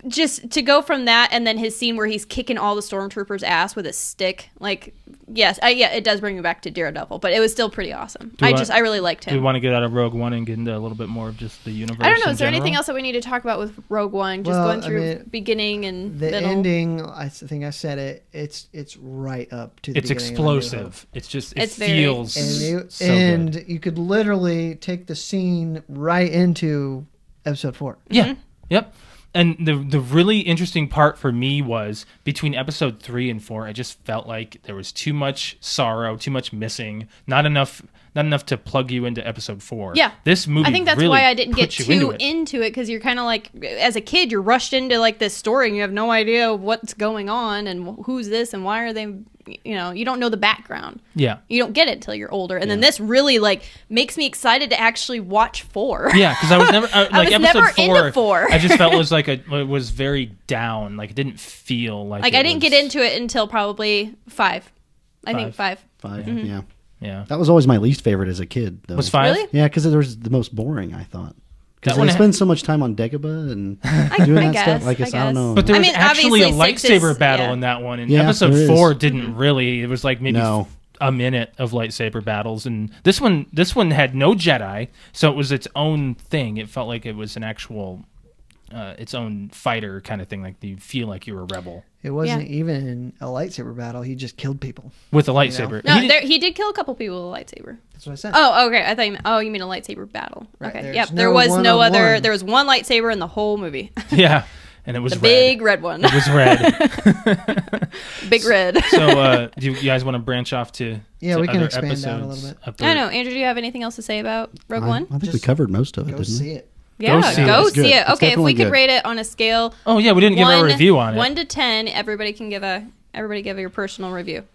Speaker 4: just to go from that and then his scene where he's kicking all the stormtroopers' ass with a stick, like yes, I, yeah, it does bring me back to Daredevil, but it was still pretty awesome.
Speaker 3: Do
Speaker 4: I
Speaker 3: I-
Speaker 4: just I really liked
Speaker 3: Do we
Speaker 4: him.
Speaker 3: want to get out of Rogue One and get into a little bit more of just the universe?
Speaker 4: I don't know.
Speaker 3: in
Speaker 4: Is there anything
Speaker 3: general?
Speaker 4: else that we need to talk about with Rogue One? Just
Speaker 2: Well,
Speaker 4: going
Speaker 2: I
Speaker 4: through
Speaker 2: mean,
Speaker 4: beginning and
Speaker 2: The
Speaker 4: middle.
Speaker 2: ending, I s- think I said it. It's it's right up to the
Speaker 3: It's
Speaker 2: beginning of A New Hope.
Speaker 3: explosive. It's just it
Speaker 4: It's very-
Speaker 3: feels
Speaker 2: and you,
Speaker 3: so
Speaker 2: and
Speaker 3: good.
Speaker 2: you could literally take the scene right into episode four.
Speaker 3: Yeah.
Speaker 4: Mm-hmm.
Speaker 3: Yep. And the the really interesting part for me was between episode three and four, I just felt like there was too much sorrow, too much missing, not enough not enough to plug you into episode four.
Speaker 4: Yeah.
Speaker 3: This movie.
Speaker 4: I think that's
Speaker 3: really
Speaker 4: why I didn't get
Speaker 3: puts you into
Speaker 4: too
Speaker 3: it.
Speaker 4: into it because you're kind of like, as a kid, you're rushed into like this story and you have no idea what's going on and who's this and why are they, you know, you don't know the background.
Speaker 3: yeah.
Speaker 4: You don't get it till you're older, and then this really like makes me excited to actually watch four.
Speaker 3: Yeah, because I was never I, like
Speaker 4: was
Speaker 3: episode
Speaker 4: never
Speaker 3: four.
Speaker 4: into four.
Speaker 3: I just felt it was like a it was very down. Like it didn't feel like
Speaker 4: like
Speaker 3: it
Speaker 4: I didn't
Speaker 3: was-
Speaker 4: get into it until probably five. I think five.
Speaker 5: Five.
Speaker 4: Mm-hmm.
Speaker 5: Yeah.
Speaker 3: yeah.
Speaker 5: That was always my least favorite as a kid. Though.
Speaker 3: Was five?
Speaker 4: Really?
Speaker 5: Yeah, because it was the most boring. I thought.
Speaker 3: That
Speaker 5: Because
Speaker 3: one
Speaker 5: they
Speaker 3: ha-
Speaker 5: spend so much time on Dagobah and doing
Speaker 4: I
Speaker 5: that
Speaker 4: guess,
Speaker 5: stuff. Like
Speaker 4: I
Speaker 5: it's, I, don't
Speaker 4: guess.
Speaker 5: know.
Speaker 3: But there
Speaker 4: I
Speaker 3: was
Speaker 4: mean,
Speaker 3: actually a
Speaker 4: obviously six
Speaker 3: lightsaber
Speaker 4: is-
Speaker 3: battle
Speaker 4: yeah.
Speaker 3: in that one, and
Speaker 5: Yeah, there
Speaker 3: episode
Speaker 5: is.
Speaker 3: four didn't really. It was like maybe
Speaker 5: No.
Speaker 3: f- a minute of lightsaber battles, and this one, this one had no Jedi, so it was its own thing. It felt like it was an actual, uh, its own fighter kind of thing. Like you feel like you're a rebel
Speaker 2: It wasn't even a lightsaber battle. He just killed people.
Speaker 3: with a lightsaber.
Speaker 4: No,
Speaker 3: He did-
Speaker 4: there, he did kill a couple people with a lightsaber.
Speaker 2: That's what I said.
Speaker 4: Oh, okay. I thought you meant. Oh, you mean a lightsaber battle?
Speaker 2: Right,
Speaker 4: okay.
Speaker 2: there's
Speaker 4: Yep. there
Speaker 2: no
Speaker 4: was no other.
Speaker 2: one-on-one.
Speaker 4: There was one lightsaber in the whole movie.
Speaker 3: yeah, and it was
Speaker 4: the
Speaker 3: red.
Speaker 4: big red one.
Speaker 3: It was red.
Speaker 4: big red.
Speaker 3: so uh, do you guys want to branch off to?
Speaker 2: Yeah,
Speaker 3: to
Speaker 2: we can
Speaker 3: other
Speaker 2: expand out a
Speaker 3: episodes
Speaker 2: little bit.
Speaker 3: up
Speaker 4: I
Speaker 3: there?
Speaker 4: know, Andrew. Do you have anything else to say about Rogue
Speaker 5: I, I
Speaker 4: One?
Speaker 5: think we
Speaker 2: Just
Speaker 5: covered most of it,
Speaker 2: Go
Speaker 5: didn't we?
Speaker 2: see it.
Speaker 4: Yeah, go
Speaker 3: see
Speaker 4: see,
Speaker 3: it.
Speaker 5: It's good.
Speaker 4: it.
Speaker 5: It's
Speaker 4: Okay, if we
Speaker 5: definitely
Speaker 4: could
Speaker 5: good.
Speaker 4: rate it on a scale
Speaker 3: Oh yeah, we didn't give a review on it.
Speaker 4: One to ten, everybody can give a everybody give your personal review.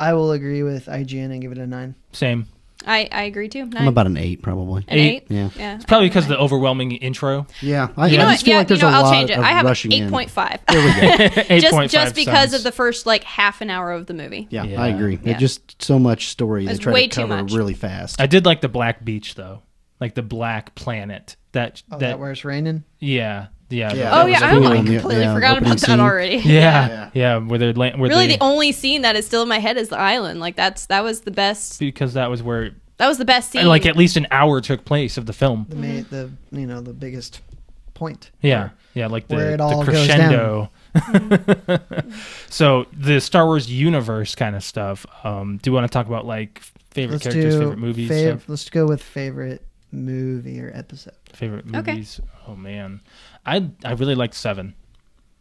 Speaker 2: I will agree with IGN and give it a nine.
Speaker 3: Same.
Speaker 4: I, I agree too.
Speaker 5: I'm
Speaker 4: Nine,
Speaker 5: about an eight, probably.
Speaker 4: an
Speaker 3: eight.
Speaker 4: eight.
Speaker 5: Yeah.
Speaker 4: Yeah.
Speaker 3: It's probably because of the overwhelming intro.
Speaker 5: Yeah. I,
Speaker 4: You know
Speaker 5: I
Speaker 4: what?
Speaker 5: just feel
Speaker 4: Yeah,
Speaker 5: like there's
Speaker 4: you
Speaker 5: a
Speaker 4: know, I'll
Speaker 5: lot
Speaker 4: change it.
Speaker 5: of
Speaker 4: I have
Speaker 5: rushing in.
Speaker 4: eight point five.
Speaker 3: Eight
Speaker 4: just
Speaker 3: point five.
Speaker 4: just because of
Speaker 3: sounds-
Speaker 4: the first like half an hour of the movie.
Speaker 5: Yeah,
Speaker 3: Yeah.
Speaker 5: I agree.
Speaker 4: Yeah.
Speaker 5: It just so much story they
Speaker 4: It's
Speaker 5: try
Speaker 4: way
Speaker 5: to
Speaker 4: too
Speaker 5: cover
Speaker 4: much.
Speaker 5: really fast.
Speaker 3: I did like the black beach though, like the black planet. That
Speaker 2: Oh, that,
Speaker 3: that,
Speaker 2: where it's raining?
Speaker 3: yeah, Yeah.
Speaker 5: Yeah.
Speaker 4: Oh
Speaker 5: That
Speaker 4: yeah,
Speaker 5: was
Speaker 4: I
Speaker 5: cool
Speaker 4: I
Speaker 5: in the-
Speaker 4: completely
Speaker 5: yeah,
Speaker 4: forgot
Speaker 5: opening
Speaker 4: about that
Speaker 5: scene.
Speaker 4: already.
Speaker 3: Yeah.
Speaker 5: Yeah.
Speaker 3: yeah, Where they're la- where
Speaker 4: Really,
Speaker 3: they-
Speaker 4: the only scene that is still in my head is the island. Like that's that was the best.
Speaker 3: because that was where
Speaker 4: That was the best scene.
Speaker 3: like at least an hour took place of the film.
Speaker 2: the ma- the you know the biggest point.
Speaker 3: Yeah, yeah, like the,
Speaker 2: Where it
Speaker 3: the
Speaker 2: all goes
Speaker 3: crescendo. so the Star Wars universe kind of stuff. Um, do you want to talk about like favorite
Speaker 2: Let's
Speaker 3: characters,
Speaker 2: do
Speaker 3: favorite movies,
Speaker 2: fav-
Speaker 3: stuff?
Speaker 2: Let's go with favorite movie or episode.
Speaker 3: favorite
Speaker 4: Okay.
Speaker 3: movies? Oh man, I I really liked Seven,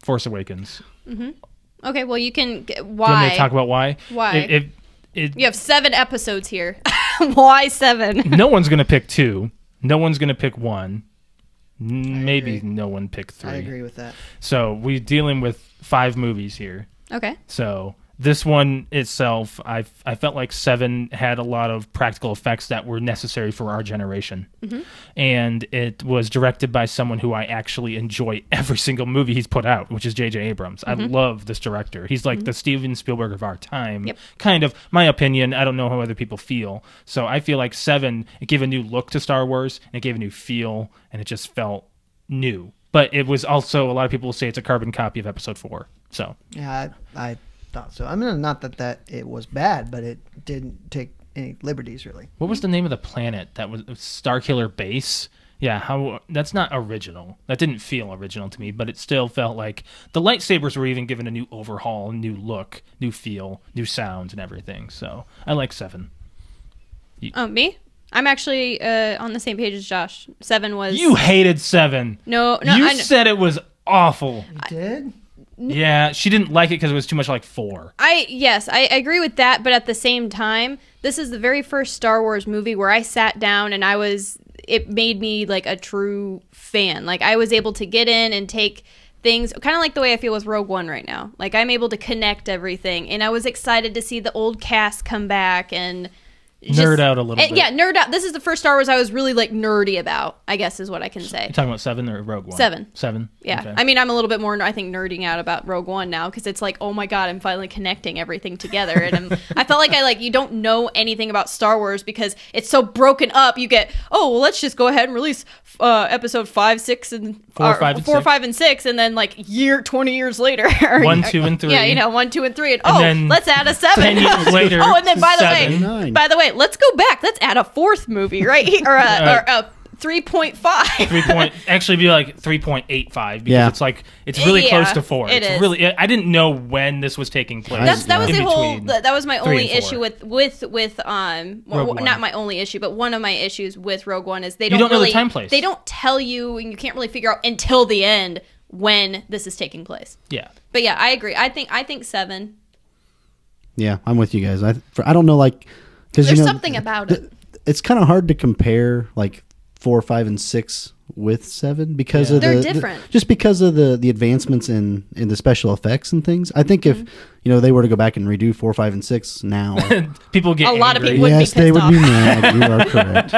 Speaker 3: Force Awakens.
Speaker 4: okay, well you can g-
Speaker 3: Do you want me
Speaker 4: why
Speaker 3: to talk about why?
Speaker 4: Why?
Speaker 3: It, it, it-
Speaker 4: you have seven episodes here. why seven?
Speaker 3: no one's gonna pick two. No one's gonna pick one. N- Maybe
Speaker 2: agree.
Speaker 3: no one picked three.
Speaker 2: I agree with that.
Speaker 3: So we're dealing with five movies here.
Speaker 4: Okay,
Speaker 3: So this one itself, I I felt like Seven had a lot of practical effects that were necessary for our generation, and it was directed by someone who I actually enjoy every single movie he's put out, which is J.J. Abrams. I love this director. He's like the Steven Spielberg of our time,
Speaker 4: Yep.
Speaker 3: kind of my opinion. I don't know how other people feel, so I feel like Seven it gave a new look to Star Wars and it gave a new feel, and it just felt new. But it was also a lot of people will say it's a carbon copy of Episode Four. So
Speaker 2: Yeah, I, I thought so. I mean, not that that it was bad, but it didn't take any liberties really.
Speaker 3: What was the name of the planet that was Starkiller Base? Yeah, how that's not original. That didn't feel original to me, but it still felt like the lightsabers were even given a new overhaul, new look, new feel, new sounds, and everything. So I like seven.
Speaker 4: oh me. I'm actually uh, on the same page as Josh. Seven was
Speaker 3: You hated seven.
Speaker 4: no no
Speaker 3: you
Speaker 4: I, kn-
Speaker 3: said it was awful.
Speaker 2: You did?
Speaker 3: yeah, she didn't like it because it was too much like four.
Speaker 4: I yes, I agree with that, but at the same time, this is the very first Star Wars movie where I sat down and I was it made me like a true fan. Like I was able to get in and take things kind of like the way I feel with Rogue One right now. Like I'm able to connect everything and I was excited to see the old cast come back and
Speaker 3: Nerd out a little
Speaker 4: and-
Speaker 3: bit.
Speaker 4: Yeah, nerd out. This is the first Star Wars I was really like nerdy about, I guess is what I can say.
Speaker 3: You talking about seven or Rogue One?
Speaker 4: Seven.
Speaker 3: Seven.
Speaker 4: Yeah,
Speaker 3: Okay.
Speaker 4: I mean, I'm a little bit more, I think, nerding out about Rogue One now because it's like, oh my god, I'm finally connecting everything together, and I'm, I felt like I like you don't know anything about Star Wars because it's so broken up. You get, oh well, let's just go ahead and release uh, Episode five, six, and
Speaker 3: Four,
Speaker 4: or
Speaker 3: five, and
Speaker 4: four,
Speaker 3: six.
Speaker 4: five, and six, and then like year, twenty years later, or-
Speaker 3: One, two, and three.
Speaker 4: Yeah, you know, one, two, and three, and, oh,
Speaker 3: then
Speaker 4: let's add a
Speaker 3: 10
Speaker 4: seven.
Speaker 3: years later,
Speaker 4: oh, and then by the way,
Speaker 3: seven.
Speaker 5: Nine.
Speaker 4: by the way, let's go back. Let's add a fourth movie right here, or a, or a three point five.
Speaker 3: three point actually be like 3.85 because
Speaker 5: Yeah.
Speaker 3: it's like it's really
Speaker 4: Yeah,
Speaker 3: close to four
Speaker 4: it
Speaker 3: it's
Speaker 4: is.
Speaker 3: really i didn't know when this was taking place
Speaker 4: That's that was
Speaker 3: in
Speaker 4: the whole.
Speaker 3: between.
Speaker 4: That that was my
Speaker 3: three
Speaker 4: only
Speaker 3: and
Speaker 4: issue
Speaker 3: four.
Speaker 4: with with with um. or-
Speaker 3: Rogue
Speaker 4: or
Speaker 3: One.
Speaker 4: not my only issue, but one of my issues with Rogue One is they
Speaker 3: don't
Speaker 4: don't,
Speaker 3: know the
Speaker 4: really
Speaker 3: time place.
Speaker 4: They don't tell you, and you can't really figure out until the end when this is taking place.
Speaker 3: yeah
Speaker 4: But yeah, I agree. I think I think seven.
Speaker 5: Yeah, I'm with you guys. I for, I don't know like because
Speaker 4: There's something about it.
Speaker 5: It's kind of hard to compare like four, five, and six with seven because
Speaker 3: Yeah.
Speaker 5: of
Speaker 4: They're
Speaker 5: the, the-
Speaker 4: different.
Speaker 5: just because of the the advancements in in the special effects and things. I think
Speaker 4: Mm-hmm.
Speaker 5: if you know they were to go back and redo four, five, and six now,
Speaker 3: people get
Speaker 4: A lot of
Speaker 3: angry.
Speaker 4: people- would be
Speaker 5: yes, they
Speaker 4: pissed
Speaker 5: would be
Speaker 4: off.
Speaker 5: mad. you are correct.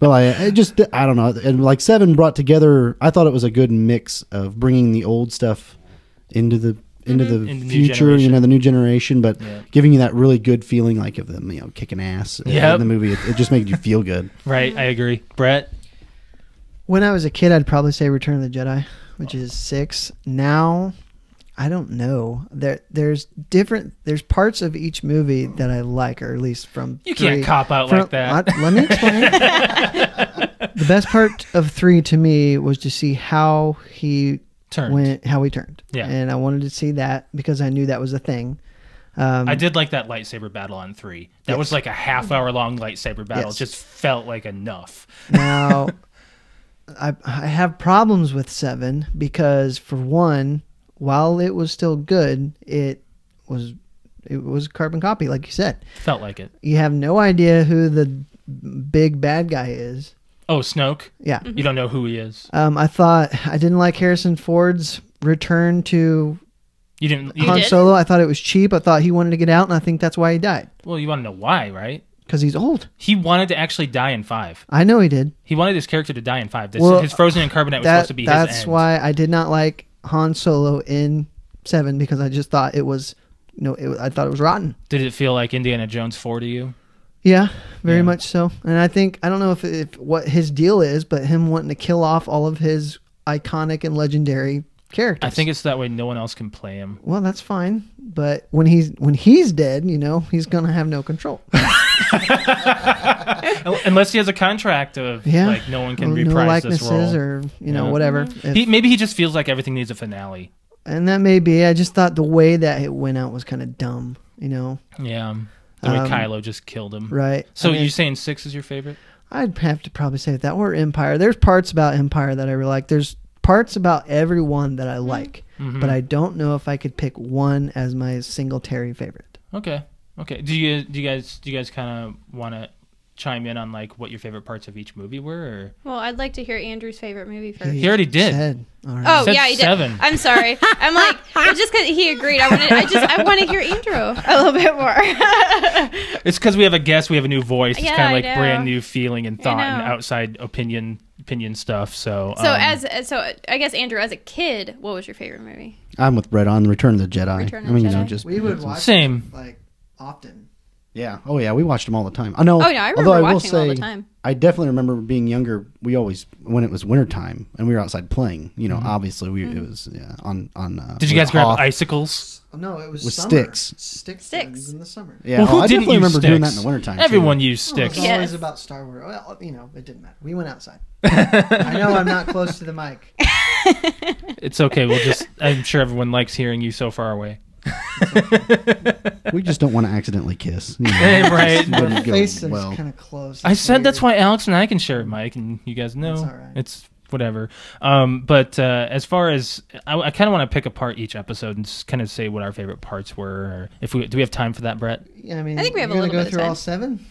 Speaker 5: But like, I just I don't know. And like seven brought together. I thought it was a good mix of bringing the old stuff into the into the
Speaker 3: Mm-hmm. Into the new
Speaker 5: future, you
Speaker 3: generation.
Speaker 5: know, the new generation, but
Speaker 3: Yeah.
Speaker 5: giving you that really good feeling like of them, you know, kicking ass
Speaker 3: Yep.
Speaker 5: in the movie. It, it just made you feel good.
Speaker 3: right i agree brett
Speaker 2: When I was a kid, I'd probably say Return of the Jedi, which is six. Now, I don't know. There, there's different. There's parts of each movie that I like, or at least from
Speaker 3: You can't cop out like that.
Speaker 2: Let, let me explain. the best part of three to me was to see how he
Speaker 3: Turned.
Speaker 2: went, how he turned.
Speaker 3: Yeah.
Speaker 2: and I wanted to see that because I knew that was a thing. Um,
Speaker 3: i did like that lightsaber battle on three that was like a half hour long lightsaber battle
Speaker 2: Yes.
Speaker 3: it just felt like enough
Speaker 2: Now, I I have problems with seven because for one, while it was still good, it was it was carbon copy, like you said.
Speaker 3: felt like it
Speaker 2: You have no idea who the big bad guy is.
Speaker 3: oh snoke
Speaker 4: Mm-hmm.
Speaker 2: Yeah,
Speaker 3: you don't know who he is
Speaker 2: um, I thought I didn't like Harrison Ford's return to
Speaker 3: you didn't you,
Speaker 2: Han
Speaker 4: did?
Speaker 2: Solo. I thought it was cheap. I thought he wanted to get out, and I think that's why he died
Speaker 3: well you want to know why right
Speaker 2: because he's old.
Speaker 3: he wanted to actually die in five
Speaker 2: I know he did.
Speaker 3: he wanted his character to die in five this,
Speaker 2: Well,
Speaker 3: his frozen and carbonate was
Speaker 2: That-
Speaker 3: supposed to be
Speaker 2: that's
Speaker 3: his end.
Speaker 2: why I did not like Han Solo in Seven because I just thought it was no, it, I thought it was rotten.
Speaker 3: did it feel like indiana jones 4 to you
Speaker 2: Yeah, very
Speaker 3: Yeah.
Speaker 2: much so. And I think I don't know if, if what his deal is, but him wanting to kill off all of his iconic and legendary characters.
Speaker 3: I think it's that way no one else can play him.
Speaker 2: well, that's fine, but when he's when he's dead, you know, he's gonna have no control.
Speaker 3: Un- Unless he has a contract of
Speaker 2: Yeah,
Speaker 3: like no one can
Speaker 2: Or no
Speaker 3: reprise this
Speaker 2: likenesses
Speaker 3: role.
Speaker 2: or you know
Speaker 3: Yeah.
Speaker 2: whatever. If-
Speaker 3: he, maybe he just feels like everything needs a finale.
Speaker 2: and that may be. I just thought the way that it went out was kind of dumb. You know,
Speaker 3: Yeah. The way
Speaker 2: Um,
Speaker 3: Kylo just killed him.
Speaker 2: right?
Speaker 3: So
Speaker 2: I mean,
Speaker 3: you're saying six is your favorite?
Speaker 2: I'd have to probably say that or Empire. There's parts about Empire that I really like. There's parts about everyone that I
Speaker 3: Mm-hmm.
Speaker 2: like, but I don't know if I could pick one as my Singletary favorite.
Speaker 3: Okay. Okay. Do you do you guys do you guys kind of want to chime in on like what your favorite parts of each movie were? Or
Speaker 4: Well, I'd like to hear Andrew's favorite movie first.
Speaker 3: He already did.
Speaker 2: Said, all right.
Speaker 4: Oh
Speaker 3: said
Speaker 4: yeah, he did.
Speaker 3: seven.
Speaker 4: I'm sorry. I'm like it's just because he agreed. I wanted. I just I want to hear Andrew a little bit more.
Speaker 3: it's because we have a guest, we have a new voice. It's
Speaker 4: Yeah,
Speaker 3: kind of
Speaker 4: I
Speaker 3: like
Speaker 4: know.
Speaker 3: brand new feeling and thought and
Speaker 4: know.
Speaker 3: outside opinion opinion stuff. So
Speaker 4: so
Speaker 3: um,
Speaker 4: as as- so, I guess Andrew, as a kid, what was your favorite movie?
Speaker 5: I'm with Brett on Return of the Jedi.
Speaker 4: Return of
Speaker 5: I mean,
Speaker 4: the
Speaker 5: you know,
Speaker 4: Jedi.
Speaker 5: just
Speaker 2: we would watch
Speaker 3: same.
Speaker 2: like often.
Speaker 5: yeah. Oh yeah, we watched them all the time. I know.
Speaker 4: Oh, yeah, I remember
Speaker 5: although I will
Speaker 4: watching
Speaker 5: say,
Speaker 4: them all the time.
Speaker 5: I definitely remember being younger. We always when it was wintertime and we were outside playing. You
Speaker 4: Mm-hmm.
Speaker 5: know, obviously we it was yeah, on on. Uh,
Speaker 3: Did you
Speaker 5: with
Speaker 3: guys grab
Speaker 5: Hoth.
Speaker 3: icicles?
Speaker 2: Oh, no, it was
Speaker 5: With
Speaker 2: summer.
Speaker 5: sticks.
Speaker 2: Sticks.
Speaker 4: Sticks.
Speaker 2: guns in the summer.
Speaker 5: Yeah,
Speaker 3: Well,
Speaker 5: well,
Speaker 3: who
Speaker 5: I
Speaker 3: didn't
Speaker 5: definitely
Speaker 3: use
Speaker 5: remember doing that in
Speaker 3: sticks?
Speaker 5: the wintertime. too.
Speaker 3: Everyone used
Speaker 4: Oh,
Speaker 2: Well,
Speaker 3: sticks.
Speaker 2: It's always
Speaker 4: Yes.
Speaker 2: about Star Wars. Well, you know, it didn't matter. We went outside. I know I'm not close to the mic.
Speaker 3: It's okay. We'll just. I'm sure everyone likes hearing you so far away.
Speaker 5: we just don't want to accidentally kiss. you know.
Speaker 3: right.
Speaker 5: Wouldn't
Speaker 2: My
Speaker 5: go
Speaker 2: face
Speaker 5: well.
Speaker 2: is kind of close.
Speaker 3: I
Speaker 2: It's
Speaker 3: said that's
Speaker 2: weird.
Speaker 3: why Alex and I can share it, Mike, and you guys know
Speaker 2: It's all right.
Speaker 3: it's whatever. Um, but uh, as far as I, I kind of want to pick apart each episode and just kind of say what our favorite parts were. Or if we do, we have time for that, Brett?
Speaker 2: I mean,
Speaker 4: I think we have
Speaker 2: you're
Speaker 4: a
Speaker 2: gonna
Speaker 4: little
Speaker 2: go
Speaker 4: bit of
Speaker 2: through all
Speaker 4: time.
Speaker 2: seven.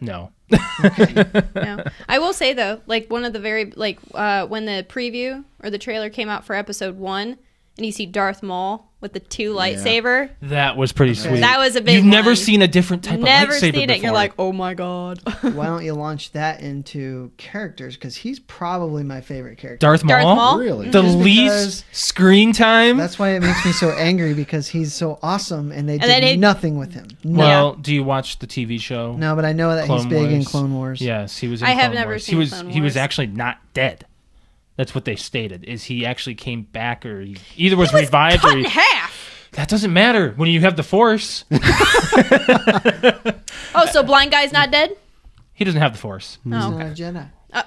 Speaker 3: No.
Speaker 4: No, I will say though, like one of the very like uh, when the preview or the trailer came out for episode one, and you see Darth Maul with the two lightsaber.
Speaker 3: That was pretty sweet.
Speaker 4: That was a big
Speaker 3: You've never
Speaker 4: one.
Speaker 3: seen a different type
Speaker 4: Never
Speaker 3: of lightsaber
Speaker 4: seen it.
Speaker 3: before.
Speaker 4: You're like, oh my god.
Speaker 2: Why don't you launch that into characters? Because he's probably my favorite character.
Speaker 3: Darth Maul.
Speaker 4: Darth Maul.
Speaker 5: Really?
Speaker 3: The
Speaker 2: Just
Speaker 3: least
Speaker 2: because-
Speaker 3: screen time.
Speaker 2: That's why it makes me so angry because he's so awesome and they did
Speaker 4: then it-
Speaker 2: nothing with him. No,
Speaker 3: well, do you watch the TV show?
Speaker 2: no, but I know that he's
Speaker 3: Clone
Speaker 2: big in
Speaker 3: Wars.
Speaker 2: Clone Wars.
Speaker 3: Yes, he was. In
Speaker 4: I have
Speaker 3: Clone
Speaker 4: never
Speaker 3: Wars. he
Speaker 4: seen
Speaker 3: was.
Speaker 4: Clone
Speaker 3: He was
Speaker 4: Wars.
Speaker 3: actually not dead. That's what they stated. Is he actually came back, or he either was,
Speaker 4: was
Speaker 3: revived, or
Speaker 4: Cut
Speaker 3: he,
Speaker 4: in half.
Speaker 3: that doesn't matter when you have the Force.
Speaker 4: Oh, so blind guy's not dead?
Speaker 3: he doesn't have the Force.
Speaker 2: He's
Speaker 4: No.
Speaker 2: not a Jedi.
Speaker 4: Uh,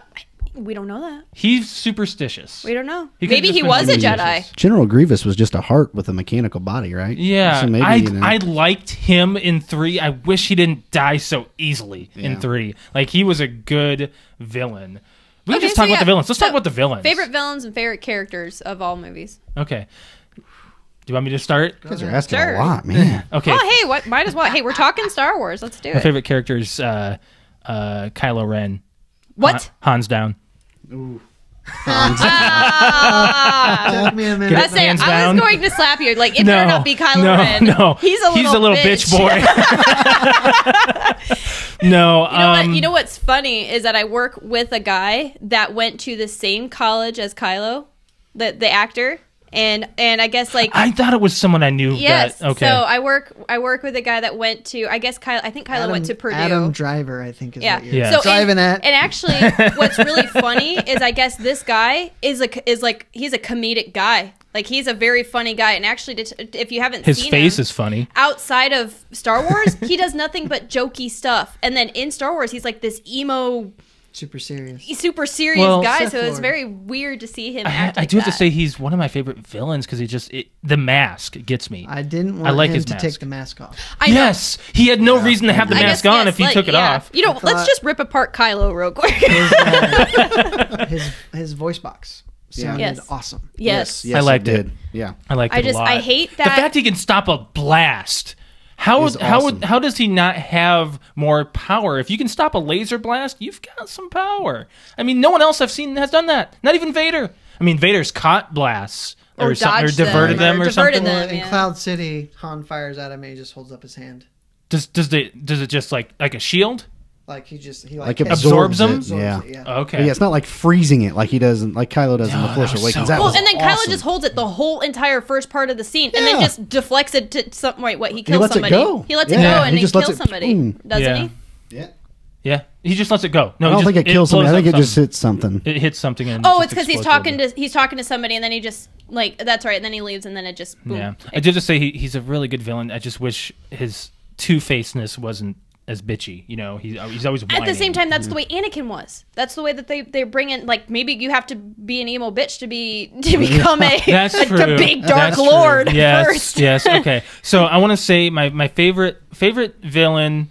Speaker 4: we don't know that.
Speaker 3: He's superstitious.
Speaker 4: We don't know.
Speaker 3: He could've
Speaker 4: Maybe
Speaker 3: just
Speaker 4: he
Speaker 3: been
Speaker 4: was a
Speaker 3: religious.
Speaker 4: Jedi.
Speaker 5: General Grievous was just a heart with a mechanical body, right?
Speaker 3: Yeah,
Speaker 5: So maybe
Speaker 3: I
Speaker 5: you know,
Speaker 3: I liked him in three. I wish he didn't die so easily in
Speaker 5: Yeah.
Speaker 3: three. Like he was a good villain. We can
Speaker 4: Okay,
Speaker 3: just talk
Speaker 4: so
Speaker 3: about the
Speaker 4: yeah.
Speaker 3: villains. Let's
Speaker 4: So,
Speaker 3: talk about the villains.
Speaker 4: Favorite villains and favorite characters of all movies.
Speaker 3: Okay. Do you want me to start?
Speaker 5: you guys are asking
Speaker 4: Sure.
Speaker 5: a lot, man.
Speaker 3: Okay.
Speaker 4: Oh, hey, what? Might as well. Hey, we're talking Star Wars. Let's do
Speaker 3: My
Speaker 4: it.
Speaker 3: favorite character is uh, uh, Kylo Ren.
Speaker 4: What?
Speaker 3: Han- Han's down.
Speaker 4: Uh,
Speaker 2: Took me a minute.
Speaker 4: I, say, I
Speaker 3: hands
Speaker 4: was
Speaker 3: down.
Speaker 4: going to slap you. Like, it
Speaker 3: no,
Speaker 4: better not be Kylo
Speaker 3: no,
Speaker 4: Ren.
Speaker 3: No,
Speaker 4: He's a little,
Speaker 3: bitch, boy. no,
Speaker 4: You know,
Speaker 3: um,
Speaker 4: what, you know what's funny is that I work with a guy that went to the same college as Kylo, the the actor, and and I guess like
Speaker 3: I thought it was someone I knew.
Speaker 4: yes.
Speaker 3: That, okay.
Speaker 4: So I work I work with a guy that went to I guess Kylo I think Kylo
Speaker 2: Adam,
Speaker 4: went to Purdue.
Speaker 2: Adam Driver, I think is
Speaker 4: yeah.
Speaker 2: what you're
Speaker 3: Yeah.
Speaker 4: So
Speaker 2: driving
Speaker 4: and,
Speaker 2: at.
Speaker 4: and actually, what's really funny is I guess this guy is a is like he's a comedic guy. Like he's a very funny guy. And actually, det- if you haven't
Speaker 3: His
Speaker 4: seen
Speaker 3: face
Speaker 4: him,
Speaker 3: is funny.
Speaker 4: outside of Star Wars, he does nothing but jokey stuff. And then in Star Wars, he's like this emo,
Speaker 2: Super serious.
Speaker 4: super serious
Speaker 3: Well,
Speaker 4: guy.
Speaker 2: Seth
Speaker 4: So it's
Speaker 2: Lord.
Speaker 4: very weird to see him.
Speaker 3: I,
Speaker 4: act
Speaker 3: I
Speaker 4: like
Speaker 3: do have to
Speaker 4: that.
Speaker 3: say he's one of my favorite villains because he just it, the mask gets me.
Speaker 2: I didn't want
Speaker 3: I like
Speaker 2: him
Speaker 3: his
Speaker 2: to
Speaker 3: mask.
Speaker 2: take the mask off.
Speaker 4: I know.
Speaker 3: yes, he had no reason to have the
Speaker 4: I
Speaker 3: mask
Speaker 4: guess,
Speaker 3: on
Speaker 4: yes,
Speaker 3: if he
Speaker 4: like,
Speaker 3: took it
Speaker 4: yeah.
Speaker 3: off.
Speaker 4: You know, let's
Speaker 2: thought-
Speaker 4: just rip apart Kylo real quick.
Speaker 2: His, uh, his his voice box sounded
Speaker 4: Yes.
Speaker 2: awesome.
Speaker 4: yes.
Speaker 5: yes,
Speaker 3: I liked
Speaker 5: he
Speaker 3: it.
Speaker 5: did. Yeah.
Speaker 3: I like.
Speaker 4: I just- I hate
Speaker 3: the
Speaker 4: that-
Speaker 3: fact he can stop a blast. How
Speaker 5: He's
Speaker 3: how
Speaker 5: awesome.
Speaker 3: how does he not have more power? If you can stop a laser blast, you've got some power. I mean, no one else I've seen has done that. Not even Vader. I mean, Vader's caught blasts or,
Speaker 4: Or
Speaker 3: something, or
Speaker 4: dodged them,
Speaker 3: diverted
Speaker 4: or
Speaker 3: them or,
Speaker 4: diverted
Speaker 3: something.
Speaker 4: them.
Speaker 2: Well, in
Speaker 4: yeah.
Speaker 2: Cloud City, Han fires at him and he just holds up his hand.
Speaker 3: Does does the does it just like like a shield?
Speaker 2: Like he just he like,
Speaker 5: Like it
Speaker 2: catches-
Speaker 3: absorbs him?
Speaker 5: it, Yeah.
Speaker 2: absorbs it,
Speaker 5: But
Speaker 3: Okay.
Speaker 5: yeah, it's not like freezing it like he does, in- like Kylo does in
Speaker 3: No,
Speaker 5: the Force
Speaker 3: that was
Speaker 5: Awakens.
Speaker 3: so
Speaker 5: that
Speaker 3: cool.
Speaker 4: Well,
Speaker 5: was
Speaker 4: and then
Speaker 5: awesome.
Speaker 4: Kylo just holds it the whole entire first part of the scene, and then
Speaker 5: Yeah.
Speaker 4: just deflects it to some wait. What he kills
Speaker 5: lets it
Speaker 4: somebody.
Speaker 5: go.
Speaker 4: He lets
Speaker 5: Yeah,
Speaker 4: it go, and
Speaker 5: he
Speaker 4: he
Speaker 5: just
Speaker 4: kills
Speaker 5: lets it-
Speaker 4: somebody,
Speaker 5: boom.
Speaker 4: doesn't
Speaker 3: Yeah.
Speaker 4: he?
Speaker 5: Yeah.
Speaker 3: Yeah, he just lets it go. No,
Speaker 5: I don't
Speaker 3: he just,
Speaker 5: think it kills something. I
Speaker 3: blows
Speaker 5: think
Speaker 3: up
Speaker 5: it just
Speaker 3: something.
Speaker 5: hits something.
Speaker 3: it hits something. And
Speaker 4: Oh,
Speaker 3: just
Speaker 4: it's because he's
Speaker 3: explodes a little
Speaker 4: talking
Speaker 3: bit.
Speaker 4: to he's talking to somebody, and then he just like that's right, and then he leaves, and then it just boom.
Speaker 3: Yeah, I did just say he, he's a really good villain. I just wish his two facedness wasn't as bitchy. You know, he, oh, he's always
Speaker 4: At
Speaker 3: whining. Mm-hmm.
Speaker 4: the same time, that's the way Anakin was. That's the way that they they bring in like maybe you have to be an emo bitch to be to become a,
Speaker 3: That's
Speaker 4: a,
Speaker 3: true.
Speaker 4: a big dark
Speaker 3: That's true.
Speaker 4: lord
Speaker 3: Yes,
Speaker 4: first.
Speaker 3: yes. Okay. So I want to say my my favorite favorite villain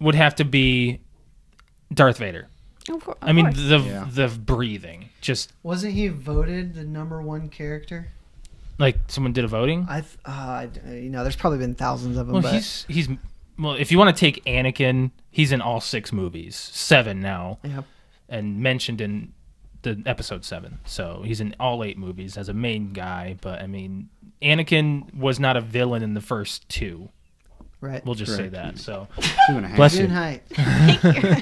Speaker 3: would have to be Darth Vader.
Speaker 4: Of cour- of
Speaker 3: I mean
Speaker 4: course.
Speaker 3: the the breathing, just
Speaker 2: Wasn't he voted the number one character?
Speaker 3: like someone did a voting.
Speaker 2: I, th- uh, I d- you know, there's probably been thousands of them.
Speaker 3: Well,
Speaker 2: but
Speaker 3: he's he's well. If you want to take Anakin, he's in all six movies, seven now,
Speaker 2: yeah,
Speaker 3: and mentioned in the episode seven. So he's in all eight movies as a main guy. But I mean, Anakin was not a villain in the first two.
Speaker 2: right.
Speaker 3: We'll just say
Speaker 5: Correct.
Speaker 3: that. So,
Speaker 5: Two and a half.
Speaker 3: Bless
Speaker 2: June
Speaker 3: you.
Speaker 2: Height.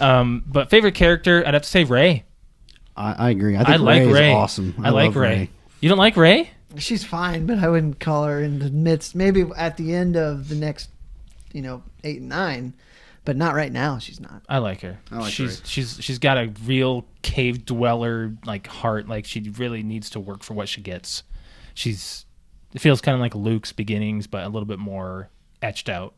Speaker 3: um, but favorite character, I'd have to say Ray.
Speaker 5: I, I agree. I
Speaker 3: I,
Speaker 5: think
Speaker 3: like
Speaker 5: Rey
Speaker 3: Ray.
Speaker 5: is awesome.
Speaker 3: I, like
Speaker 5: love
Speaker 3: Ray. You don't like Ray?
Speaker 2: She's fine, but I wouldn't call her in the midst. Maybe at the end of the next, you know, eight and nine, but not right now. She's not.
Speaker 3: I like her.
Speaker 5: I like
Speaker 3: she's
Speaker 5: Ray.
Speaker 3: she's she's got a real cave dweller like heart. Like she really needs to work for what she gets. She's it feels kind of like Luke's beginnings, but a little bit more etched out.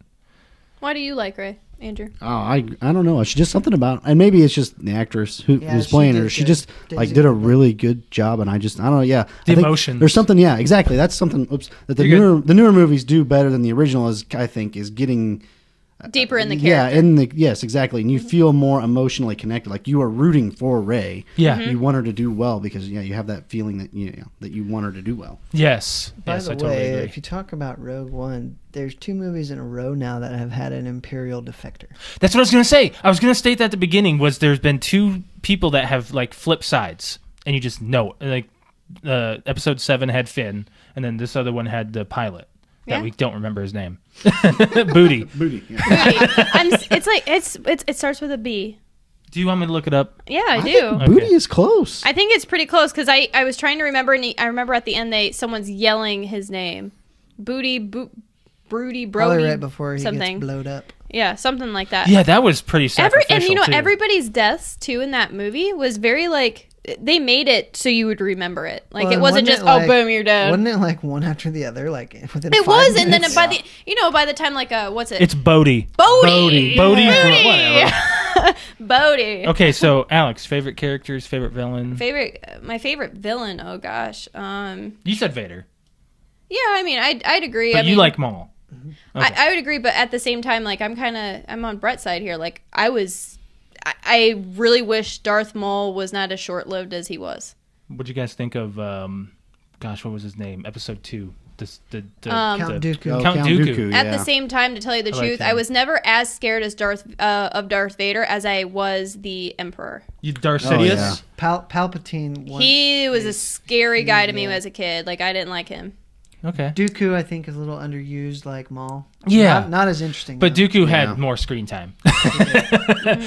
Speaker 4: Why do you like Ray, Andrew?
Speaker 5: Oh, I I don't know. It's just something about, and maybe it's just the actress who
Speaker 2: Yeah,
Speaker 5: was
Speaker 2: she
Speaker 5: playing
Speaker 2: did
Speaker 5: her. She
Speaker 2: good.
Speaker 5: just like
Speaker 2: Daisy
Speaker 5: did a
Speaker 2: Ridley.
Speaker 5: really good job, and I just I don't know. Yeah,
Speaker 3: The
Speaker 5: I think
Speaker 3: emotion.
Speaker 5: There's something. Yeah, exactly. That's something. Oops. That the
Speaker 3: You're good.
Speaker 5: newer the newer movies do better than the original is. I think is getting
Speaker 3: Uh,
Speaker 4: Deeper in the
Speaker 5: yeah
Speaker 4: character.
Speaker 5: in the yes exactly, and you feel more emotionally connected. Like you are rooting for Ray.
Speaker 3: Yeah. Mhm.
Speaker 5: you want her to do well because yeah, you have that feeling that you know, that you want her to do well.
Speaker 3: Yes.
Speaker 2: By
Speaker 3: yes,
Speaker 2: the
Speaker 3: I totally
Speaker 2: way,
Speaker 3: agree.
Speaker 2: if you talk about Rogue One, there's two movies in a row now that have had an Imperial defector.
Speaker 3: That's what I was gonna say. I was gonna state that at the beginning was there's been two people that have like flip sides, and you just know it. like uh, episode seven had Finn, and then this other one had the pilot that
Speaker 4: Yeah.
Speaker 3: we don't remember his name, Booty.
Speaker 5: Booty. Yeah.
Speaker 4: I'm, s- it's like it's it's it starts with a B.
Speaker 3: Do you want me to look it up?
Speaker 4: Yeah, I,
Speaker 5: I
Speaker 4: do.
Speaker 5: think Booty
Speaker 3: Okay.
Speaker 5: is close.
Speaker 4: I think it's pretty close because I, I was trying to remember and he, I remember at the end they someone's yelling his name, booty, bo- broody, brody,
Speaker 2: Probably right before he
Speaker 4: something.
Speaker 2: gets blowed up.
Speaker 4: yeah, something like that.
Speaker 3: Yeah, that was pretty
Speaker 4: Every
Speaker 3: sacrificial.
Speaker 4: and you know
Speaker 3: too.
Speaker 4: everybody's deaths too in that movie was very like they made it so you would remember it. Like
Speaker 2: Well,
Speaker 4: it
Speaker 2: and
Speaker 4: wasn't
Speaker 2: wasn't
Speaker 4: just
Speaker 2: it like-
Speaker 4: oh boom you're dead.
Speaker 2: Wasn't it like one after the other? Like within
Speaker 4: it
Speaker 2: five
Speaker 4: was, and then
Speaker 2: minutes?
Speaker 4: by the you know by the time like uh what's it?
Speaker 3: It's Bodie.
Speaker 4: Bodhi.
Speaker 3: Bodie. Bodie.
Speaker 4: Bodhi.
Speaker 3: Whatever.
Speaker 4: Bodhi.
Speaker 3: Okay, so Alex, favorite characters, favorite villain.
Speaker 4: Favorite my favorite villain. Oh gosh. Um.
Speaker 3: you said Vader,
Speaker 4: Yeah. I mean, I would I'd agree.
Speaker 3: but
Speaker 4: I
Speaker 3: you
Speaker 4: mean,
Speaker 3: like Maul. Okay.
Speaker 4: I, I would agree, but at the same time, like I'm kind of I'm on Brett's side here. Like I was, I, I really wish Darth Maul was not as short lived as he was.
Speaker 3: What'd you guys think of? Um, gosh, what was his name? Episode two. This the, the,
Speaker 4: Um,
Speaker 3: the
Speaker 2: Count Dooku.
Speaker 5: Oh,
Speaker 3: Count Dooku.
Speaker 4: At
Speaker 5: yeah.
Speaker 4: the same time, to tell you the
Speaker 3: I like
Speaker 4: truth,
Speaker 3: him.
Speaker 4: I was never as scared as Darth uh, of Darth Vader as I was the Emperor.
Speaker 3: You Darth
Speaker 5: Oh,
Speaker 3: Sidious.
Speaker 5: yeah.
Speaker 2: Pal- Palpatine. One-
Speaker 4: he was a scary guy to me
Speaker 2: yeah.
Speaker 4: as a kid. Like I didn't like him.
Speaker 3: Okay.
Speaker 2: Dooku, I think, is a little underused, like Maul.
Speaker 3: Yeah.
Speaker 2: not, not as interesting.
Speaker 3: But
Speaker 2: though.
Speaker 3: Dooku
Speaker 5: Yeah.
Speaker 3: had more screen time.
Speaker 2: and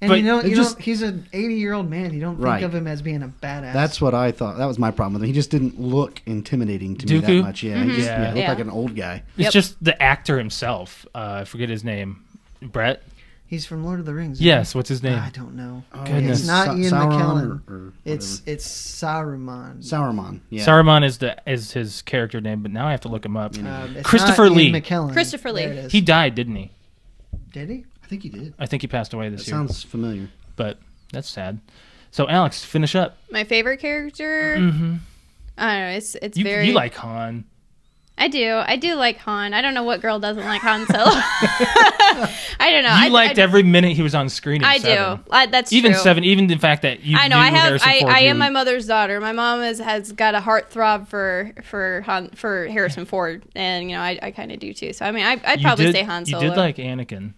Speaker 3: but
Speaker 2: you know,
Speaker 5: it
Speaker 2: you
Speaker 5: just-
Speaker 2: don't, he's an eighty-year-old man. You don't
Speaker 5: Right.
Speaker 2: think of him as being a badass.
Speaker 5: That's what I thought. That was my problem with him. He just didn't look intimidating to me
Speaker 3: Dooku?
Speaker 5: that much. Yeah, he just
Speaker 3: Yeah.
Speaker 5: yeah, looked
Speaker 4: Yeah.
Speaker 5: like an old guy.
Speaker 3: It's
Speaker 4: Yep.
Speaker 3: just the actor himself. Uh, I forget his name. Brett.
Speaker 2: he's from Lord of the Rings. isn't
Speaker 3: Yes. What's his
Speaker 2: he?
Speaker 5: Ah,
Speaker 3: name?
Speaker 2: I don't know.
Speaker 3: Goodness.
Speaker 2: It's not Ian
Speaker 5: Oh, Sauron
Speaker 2: McKellen.
Speaker 5: Or, or
Speaker 2: It's it's Saruman.
Speaker 5: whatever. Sauron. Yeah.
Speaker 3: Saruman is the is his character name, but now I have to look him up.
Speaker 2: Um, it's
Speaker 3: Christopher
Speaker 2: not
Speaker 3: Lee.
Speaker 2: Ian McKellen.
Speaker 4: Christopher Lee.
Speaker 2: There it is.
Speaker 3: He died, didn't he?
Speaker 2: did he?
Speaker 5: I think he did.
Speaker 3: I think he passed away
Speaker 5: That
Speaker 3: this year.
Speaker 5: sounds familiar.
Speaker 3: But that's sad. So Alex, finish up.
Speaker 4: My favorite character. I don't know. It's it's
Speaker 3: Mm-hmm. You
Speaker 4: very.
Speaker 3: you like Han?
Speaker 4: I do. I do like Han. I don't know what girl doesn't like Han Solo. I don't know.
Speaker 3: You
Speaker 4: I,
Speaker 3: liked
Speaker 4: I,
Speaker 3: every minute he was on screen. in
Speaker 4: I
Speaker 3: seven.
Speaker 4: do. I, that's
Speaker 3: Even
Speaker 4: true.
Speaker 3: seven. Even the fact that you.
Speaker 4: I know.
Speaker 3: knew
Speaker 4: I have.
Speaker 3: Harrison
Speaker 4: I,
Speaker 3: Ford
Speaker 4: I am
Speaker 3: knew-
Speaker 4: my mother's daughter. My mom is, has got a heart throb for for Han, for Harrison Ford, and you know I, I kind of do too. So I mean, I, I'd
Speaker 3: you
Speaker 4: probably
Speaker 3: did-
Speaker 4: say Han Solo.
Speaker 3: You did like Anakin.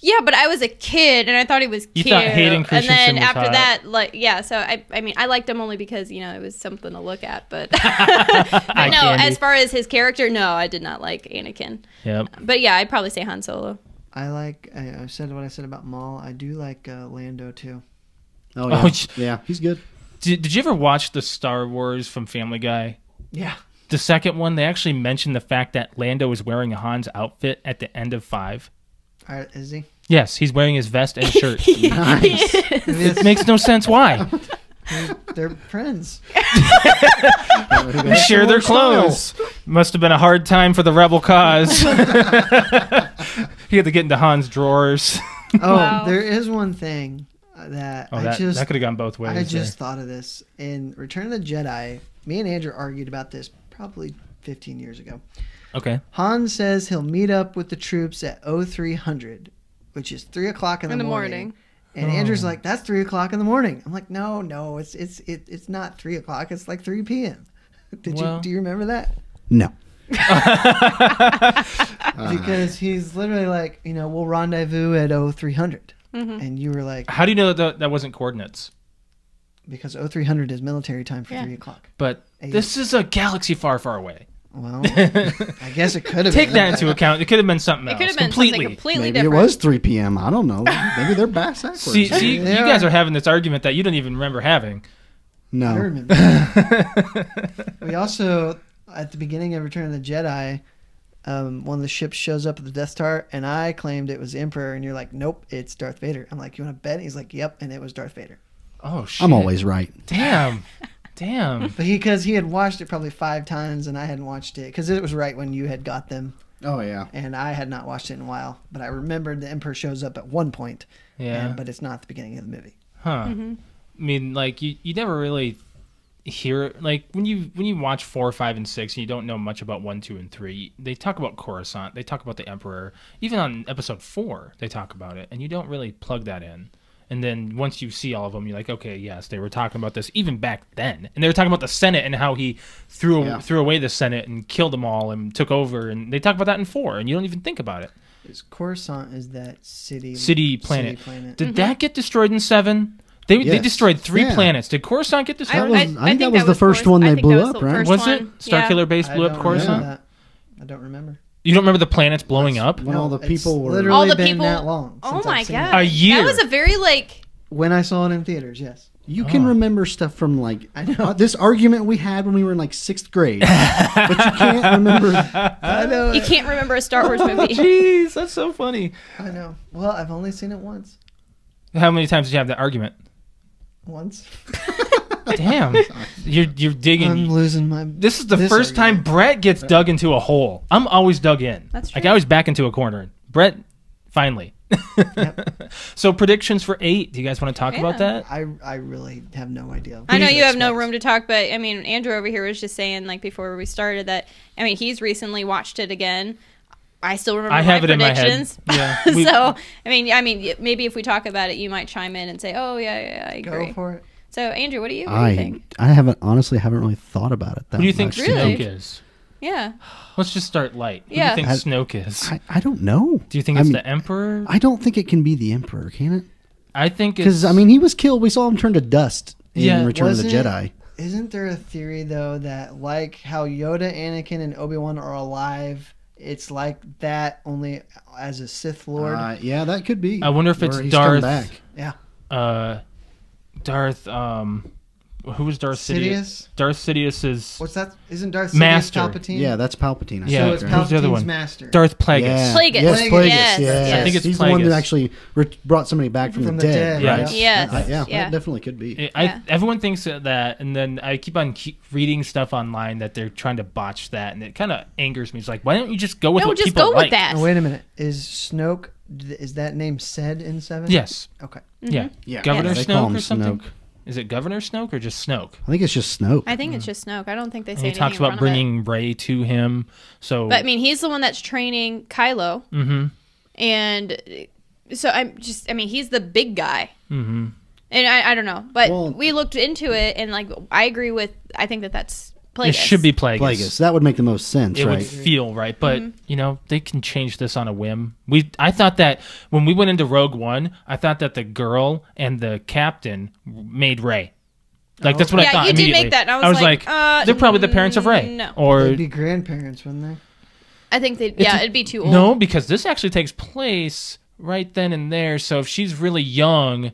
Speaker 4: yeah, but I was a kid and I thought he was
Speaker 3: You
Speaker 4: cute.
Speaker 3: thought Hayden Christensen
Speaker 4: and then
Speaker 3: was
Speaker 4: after
Speaker 3: hot.
Speaker 4: that, like yeah. So I I mean I liked him only because you know it was something to look at. But, but
Speaker 3: Eye
Speaker 4: no,
Speaker 3: candy.
Speaker 4: as far as his character, no, I did not like Anakin.
Speaker 3: Yep.
Speaker 4: But yeah, I'd probably say Han Solo.
Speaker 2: I like. I, I said what I said about Maul. I do like uh, Lando too.
Speaker 5: Oh
Speaker 3: Oh,
Speaker 5: yeah.
Speaker 3: j-
Speaker 5: yeah, he's good.
Speaker 3: Did, did you ever watch the Star Wars from Family Guy?
Speaker 2: Yeah.
Speaker 3: The second one, they actually mentioned the fact that Lando was wearing Han's outfit at the end of five.
Speaker 2: All right, is he?
Speaker 3: Yes, he's wearing his vest and shirt. it
Speaker 5: Nice.
Speaker 3: makes no sense why.
Speaker 2: They're friends.
Speaker 3: They share their clothes. Must have been a hard time for the rebel cause. he had to get into Han's drawers.
Speaker 2: Oh,
Speaker 4: Wow.
Speaker 2: there is one thing uh, that
Speaker 3: Oh,
Speaker 2: I
Speaker 3: that,
Speaker 2: just
Speaker 3: that could have gone both ways.
Speaker 2: I just thought of this in Return of the Jedi. Me and Andrew argued about this probably 15 years ago.
Speaker 3: there. okay.
Speaker 2: Han says he'll meet up with the troops at 0300, which is three o'clock in the,
Speaker 4: In the
Speaker 2: morning.
Speaker 4: morning.
Speaker 2: And
Speaker 3: Oh.
Speaker 2: Andrew's like, "That's three o'clock in the morning." I'm like, "No, no, it's it's it, it's not three o'clock. It's like three p.m." Did
Speaker 3: Well-
Speaker 2: you do you remember that?
Speaker 5: No.
Speaker 3: uh,
Speaker 2: Because he's literally like, you know, we'll rendezvous at 0300. And you were like,
Speaker 3: How do you know that that wasn't coordinates?
Speaker 2: because 0300 is military time for
Speaker 4: Yeah.
Speaker 2: three o'clock.
Speaker 3: But this is a galaxy far, far away.
Speaker 2: Well, I guess it could have
Speaker 3: Take
Speaker 2: been.
Speaker 3: that into account. It could have been something
Speaker 4: It
Speaker 3: else.
Speaker 4: could have been
Speaker 3: Oh, completely.
Speaker 4: something completely
Speaker 5: Maybe
Speaker 4: different.
Speaker 5: it was 3 p.m. I don't know. Maybe they're back backwards.
Speaker 3: See, see you
Speaker 2: Yeah.
Speaker 3: guys are having this argument that you don't even remember having.
Speaker 2: I
Speaker 5: no.
Speaker 2: remember.
Speaker 3: Oh.
Speaker 2: we also, at the beginning of Return of the Jedi, um, one of the ships shows up at the Death Star, and I claimed it was Emperor, and you're like, nope, it's Darth Vader. I'm like, you want to bet? He's like, yep, and it was Darth Vader.
Speaker 3: Oh shit!
Speaker 5: I'm always right.
Speaker 3: damn, damn.
Speaker 2: But he, because he had watched it probably five times, and I hadn't watched it, because it was right when you had got them,
Speaker 5: Oh, yeah.
Speaker 2: and I had not watched it in a while. But I remembered the Emperor shows up at one point,
Speaker 3: Yeah.
Speaker 2: and, but it's not the beginning of the movie.
Speaker 3: Huh. I mean, like you, you never really hear it. like when you when you watch four, five, and six, and you don't know much about one, two, and three. They talk about Coruscant. They talk about the Emperor. Even on episode four, they talk about it, and you don't really plug that in. And then once you see all of them, you're like, okay, yes, they were talking about this even back then, and they were talking about the Senate and how he threw
Speaker 5: Yeah.
Speaker 3: threw away the Senate and killed them all and took over, and they talk about that in four, and you don't even think about it.
Speaker 2: Is Coruscant is that city?
Speaker 3: City planet. Did
Speaker 4: Mm-hmm.
Speaker 3: that get destroyed in seven? They, they
Speaker 5: Yes.
Speaker 3: destroyed three
Speaker 5: Yeah.
Speaker 3: planets. Did Coruscant get
Speaker 4: I,
Speaker 3: destroyed?
Speaker 5: was-
Speaker 4: I,
Speaker 5: I
Speaker 4: think
Speaker 5: think that was the first one
Speaker 4: I
Speaker 5: they
Speaker 4: think
Speaker 5: blew
Speaker 4: that was
Speaker 5: up,
Speaker 4: the
Speaker 5: right?
Speaker 4: first
Speaker 3: was it
Speaker 4: one. Yeah.
Speaker 3: Starkiller Base
Speaker 2: I
Speaker 3: blew up
Speaker 2: don't
Speaker 3: Coruscant?
Speaker 2: remember that. I don't remember.
Speaker 3: You don't remember the planets blowing up?
Speaker 5: When all the
Speaker 2: it's
Speaker 5: people were.
Speaker 2: literally-
Speaker 4: All the
Speaker 2: been
Speaker 4: people.
Speaker 2: that long
Speaker 4: oh
Speaker 2: since
Speaker 4: my
Speaker 2: I've seen
Speaker 4: god!
Speaker 2: it.
Speaker 3: A year.
Speaker 4: That was a very like.
Speaker 2: When I saw it in theaters, yes.
Speaker 5: You can
Speaker 3: Oh.
Speaker 5: remember stuff from like
Speaker 2: I know.
Speaker 5: uh, this argument we had when we were in like sixth grade, but you can't remember.
Speaker 3: Oh.
Speaker 2: I know.
Speaker 4: You can't remember a Star
Speaker 2: Oh,
Speaker 4: Wars movie.
Speaker 3: Jeez, that's so funny.
Speaker 2: I know. Well, I've only seen it once.
Speaker 3: How many times did you have that argument?
Speaker 2: Once.
Speaker 3: Damn, you're you're
Speaker 2: I'm
Speaker 3: digging.
Speaker 2: losing my.
Speaker 3: This is the
Speaker 2: this
Speaker 3: first time
Speaker 2: argument.
Speaker 3: Brett gets dug into a hole. I'm always dug in.
Speaker 4: That's
Speaker 3: Like
Speaker 4: true.
Speaker 3: I was back into a corner. Brett, finally. So predictions for eight. Do you guys want to talk about
Speaker 4: Yeah.
Speaker 3: that?
Speaker 2: I I really have no idea.
Speaker 4: I know
Speaker 2: Please
Speaker 4: you have no
Speaker 2: explain.
Speaker 4: room to talk, but I mean, Andrew over here was just saying like before we started that. I mean, he's recently watched it again. I still remember
Speaker 3: I have
Speaker 4: my
Speaker 3: it in my head.
Speaker 4: predictions.
Speaker 3: Yeah. We-
Speaker 4: so I mean, I mean, maybe if we talk about it, you might chime in and say, "Oh yeah, yeah, yeah, I agree."
Speaker 2: Go for it.
Speaker 4: So Andrew, what do you, what do you
Speaker 5: I
Speaker 4: think?
Speaker 5: I haven't honestly haven't really thought about it. That
Speaker 3: Who do you think
Speaker 5: much.
Speaker 4: Really?
Speaker 3: Snoke is?
Speaker 4: Yeah,
Speaker 3: Let's just start light. Who
Speaker 4: Yeah.
Speaker 3: do you
Speaker 5: I-
Speaker 3: think Snoke is?
Speaker 5: I, I don't know.
Speaker 3: Do you think
Speaker 5: I
Speaker 3: it's
Speaker 5: mean,
Speaker 3: the Emperor?
Speaker 5: I don't think it can be the emperor, can it?
Speaker 3: I think it's.
Speaker 5: Because I mean, he was killed. We saw him turn to dust in
Speaker 3: Yeah.
Speaker 5: Return of the
Speaker 2: Wasn't-
Speaker 5: Jedi.
Speaker 2: Isn't there a theory though that like how Yoda, Anakin, and Obi Wan are alive? It's like that only as a Sith Lord.
Speaker 5: Uh, yeah, that could be.
Speaker 3: I wonder if it's
Speaker 5: Or he's come
Speaker 3: Darth-
Speaker 5: back.
Speaker 2: yeah.
Speaker 3: uh, Darth. Um, who was Darth Sidious?
Speaker 2: Sidious?
Speaker 3: Darth Sidious's
Speaker 2: What's that? Isn't Darth Sidious
Speaker 3: Master.
Speaker 2: Palpatine?
Speaker 5: Yeah, that's Palpatine. I
Speaker 3: Yeah.
Speaker 2: So
Speaker 5: think,
Speaker 2: it's
Speaker 5: right?
Speaker 3: Who's the other
Speaker 2: Palpatine's
Speaker 3: one?
Speaker 2: master.
Speaker 3: Darth Plagueis.
Speaker 5: Yeah.
Speaker 4: Plagueis.
Speaker 5: Yes,
Speaker 2: Plagueis,
Speaker 5: Plagueis.
Speaker 4: yes,
Speaker 5: yes.
Speaker 4: yes.
Speaker 3: I think it's
Speaker 5: He's the one
Speaker 3: Plagueis.
Speaker 5: that actually re- brought somebody back from, the, dead.
Speaker 3: right?
Speaker 5: Yes.
Speaker 4: Yes,
Speaker 5: I- yeah,
Speaker 4: yeah.
Speaker 5: that definitely could be.
Speaker 3: I,
Speaker 4: Yeah.
Speaker 3: Everyone thinks of that, and then I keep on keep reading stuff online that they're trying to botch that, and it kind of angers me. It's like, why don't you just go with
Speaker 4: no,
Speaker 3: what
Speaker 4: just
Speaker 3: people
Speaker 4: go
Speaker 3: like?
Speaker 4: with that.
Speaker 2: Oh, wait a minute. Is Snoke? Is that name said in seven?
Speaker 3: Yes.
Speaker 2: Okay.
Speaker 4: Mm-hmm.
Speaker 3: Yeah.
Speaker 5: Yeah.
Speaker 3: Governor
Speaker 5: Yeah, they call
Speaker 3: Snoke
Speaker 5: him
Speaker 3: or something.
Speaker 5: Snoke.
Speaker 3: Is it Governor Snoke or just Snoke?
Speaker 5: I think it's just Snoke.
Speaker 4: I
Speaker 2: Mm.
Speaker 4: think it's just Snoke. I don't think they say
Speaker 3: And he
Speaker 4: anything
Speaker 3: talks
Speaker 4: in front
Speaker 3: about
Speaker 4: of it.
Speaker 3: bringing Ray to him. So
Speaker 4: But I mean, he's the one that's training Kylo. Mm-hmm. And so I'm just, I mean, he's the big guy. Mm-hmm. And I, I don't know. But
Speaker 5: Well-
Speaker 4: we looked into it and, like, I agree with, I think that that's Plagueis.
Speaker 3: it should be Plagueis.
Speaker 5: Plagueis. That would make the most sense,
Speaker 3: it
Speaker 5: right?
Speaker 3: would feel right but
Speaker 4: Mm-hmm.
Speaker 3: you know they can change this on a whim we i thought that when we went into rogue one i thought that the girl and the captain made ray like that's what
Speaker 4: Yeah,
Speaker 3: i thought
Speaker 4: you did make
Speaker 3: immediately.
Speaker 4: that, and I was like, uh, mm,
Speaker 3: they're probably the parents of ray
Speaker 4: no.
Speaker 3: or
Speaker 2: They'd be grandparents, wouldn't they?
Speaker 4: I think they, yeah, it'd be too old.
Speaker 3: no because this actually takes place right then and there so if she's really young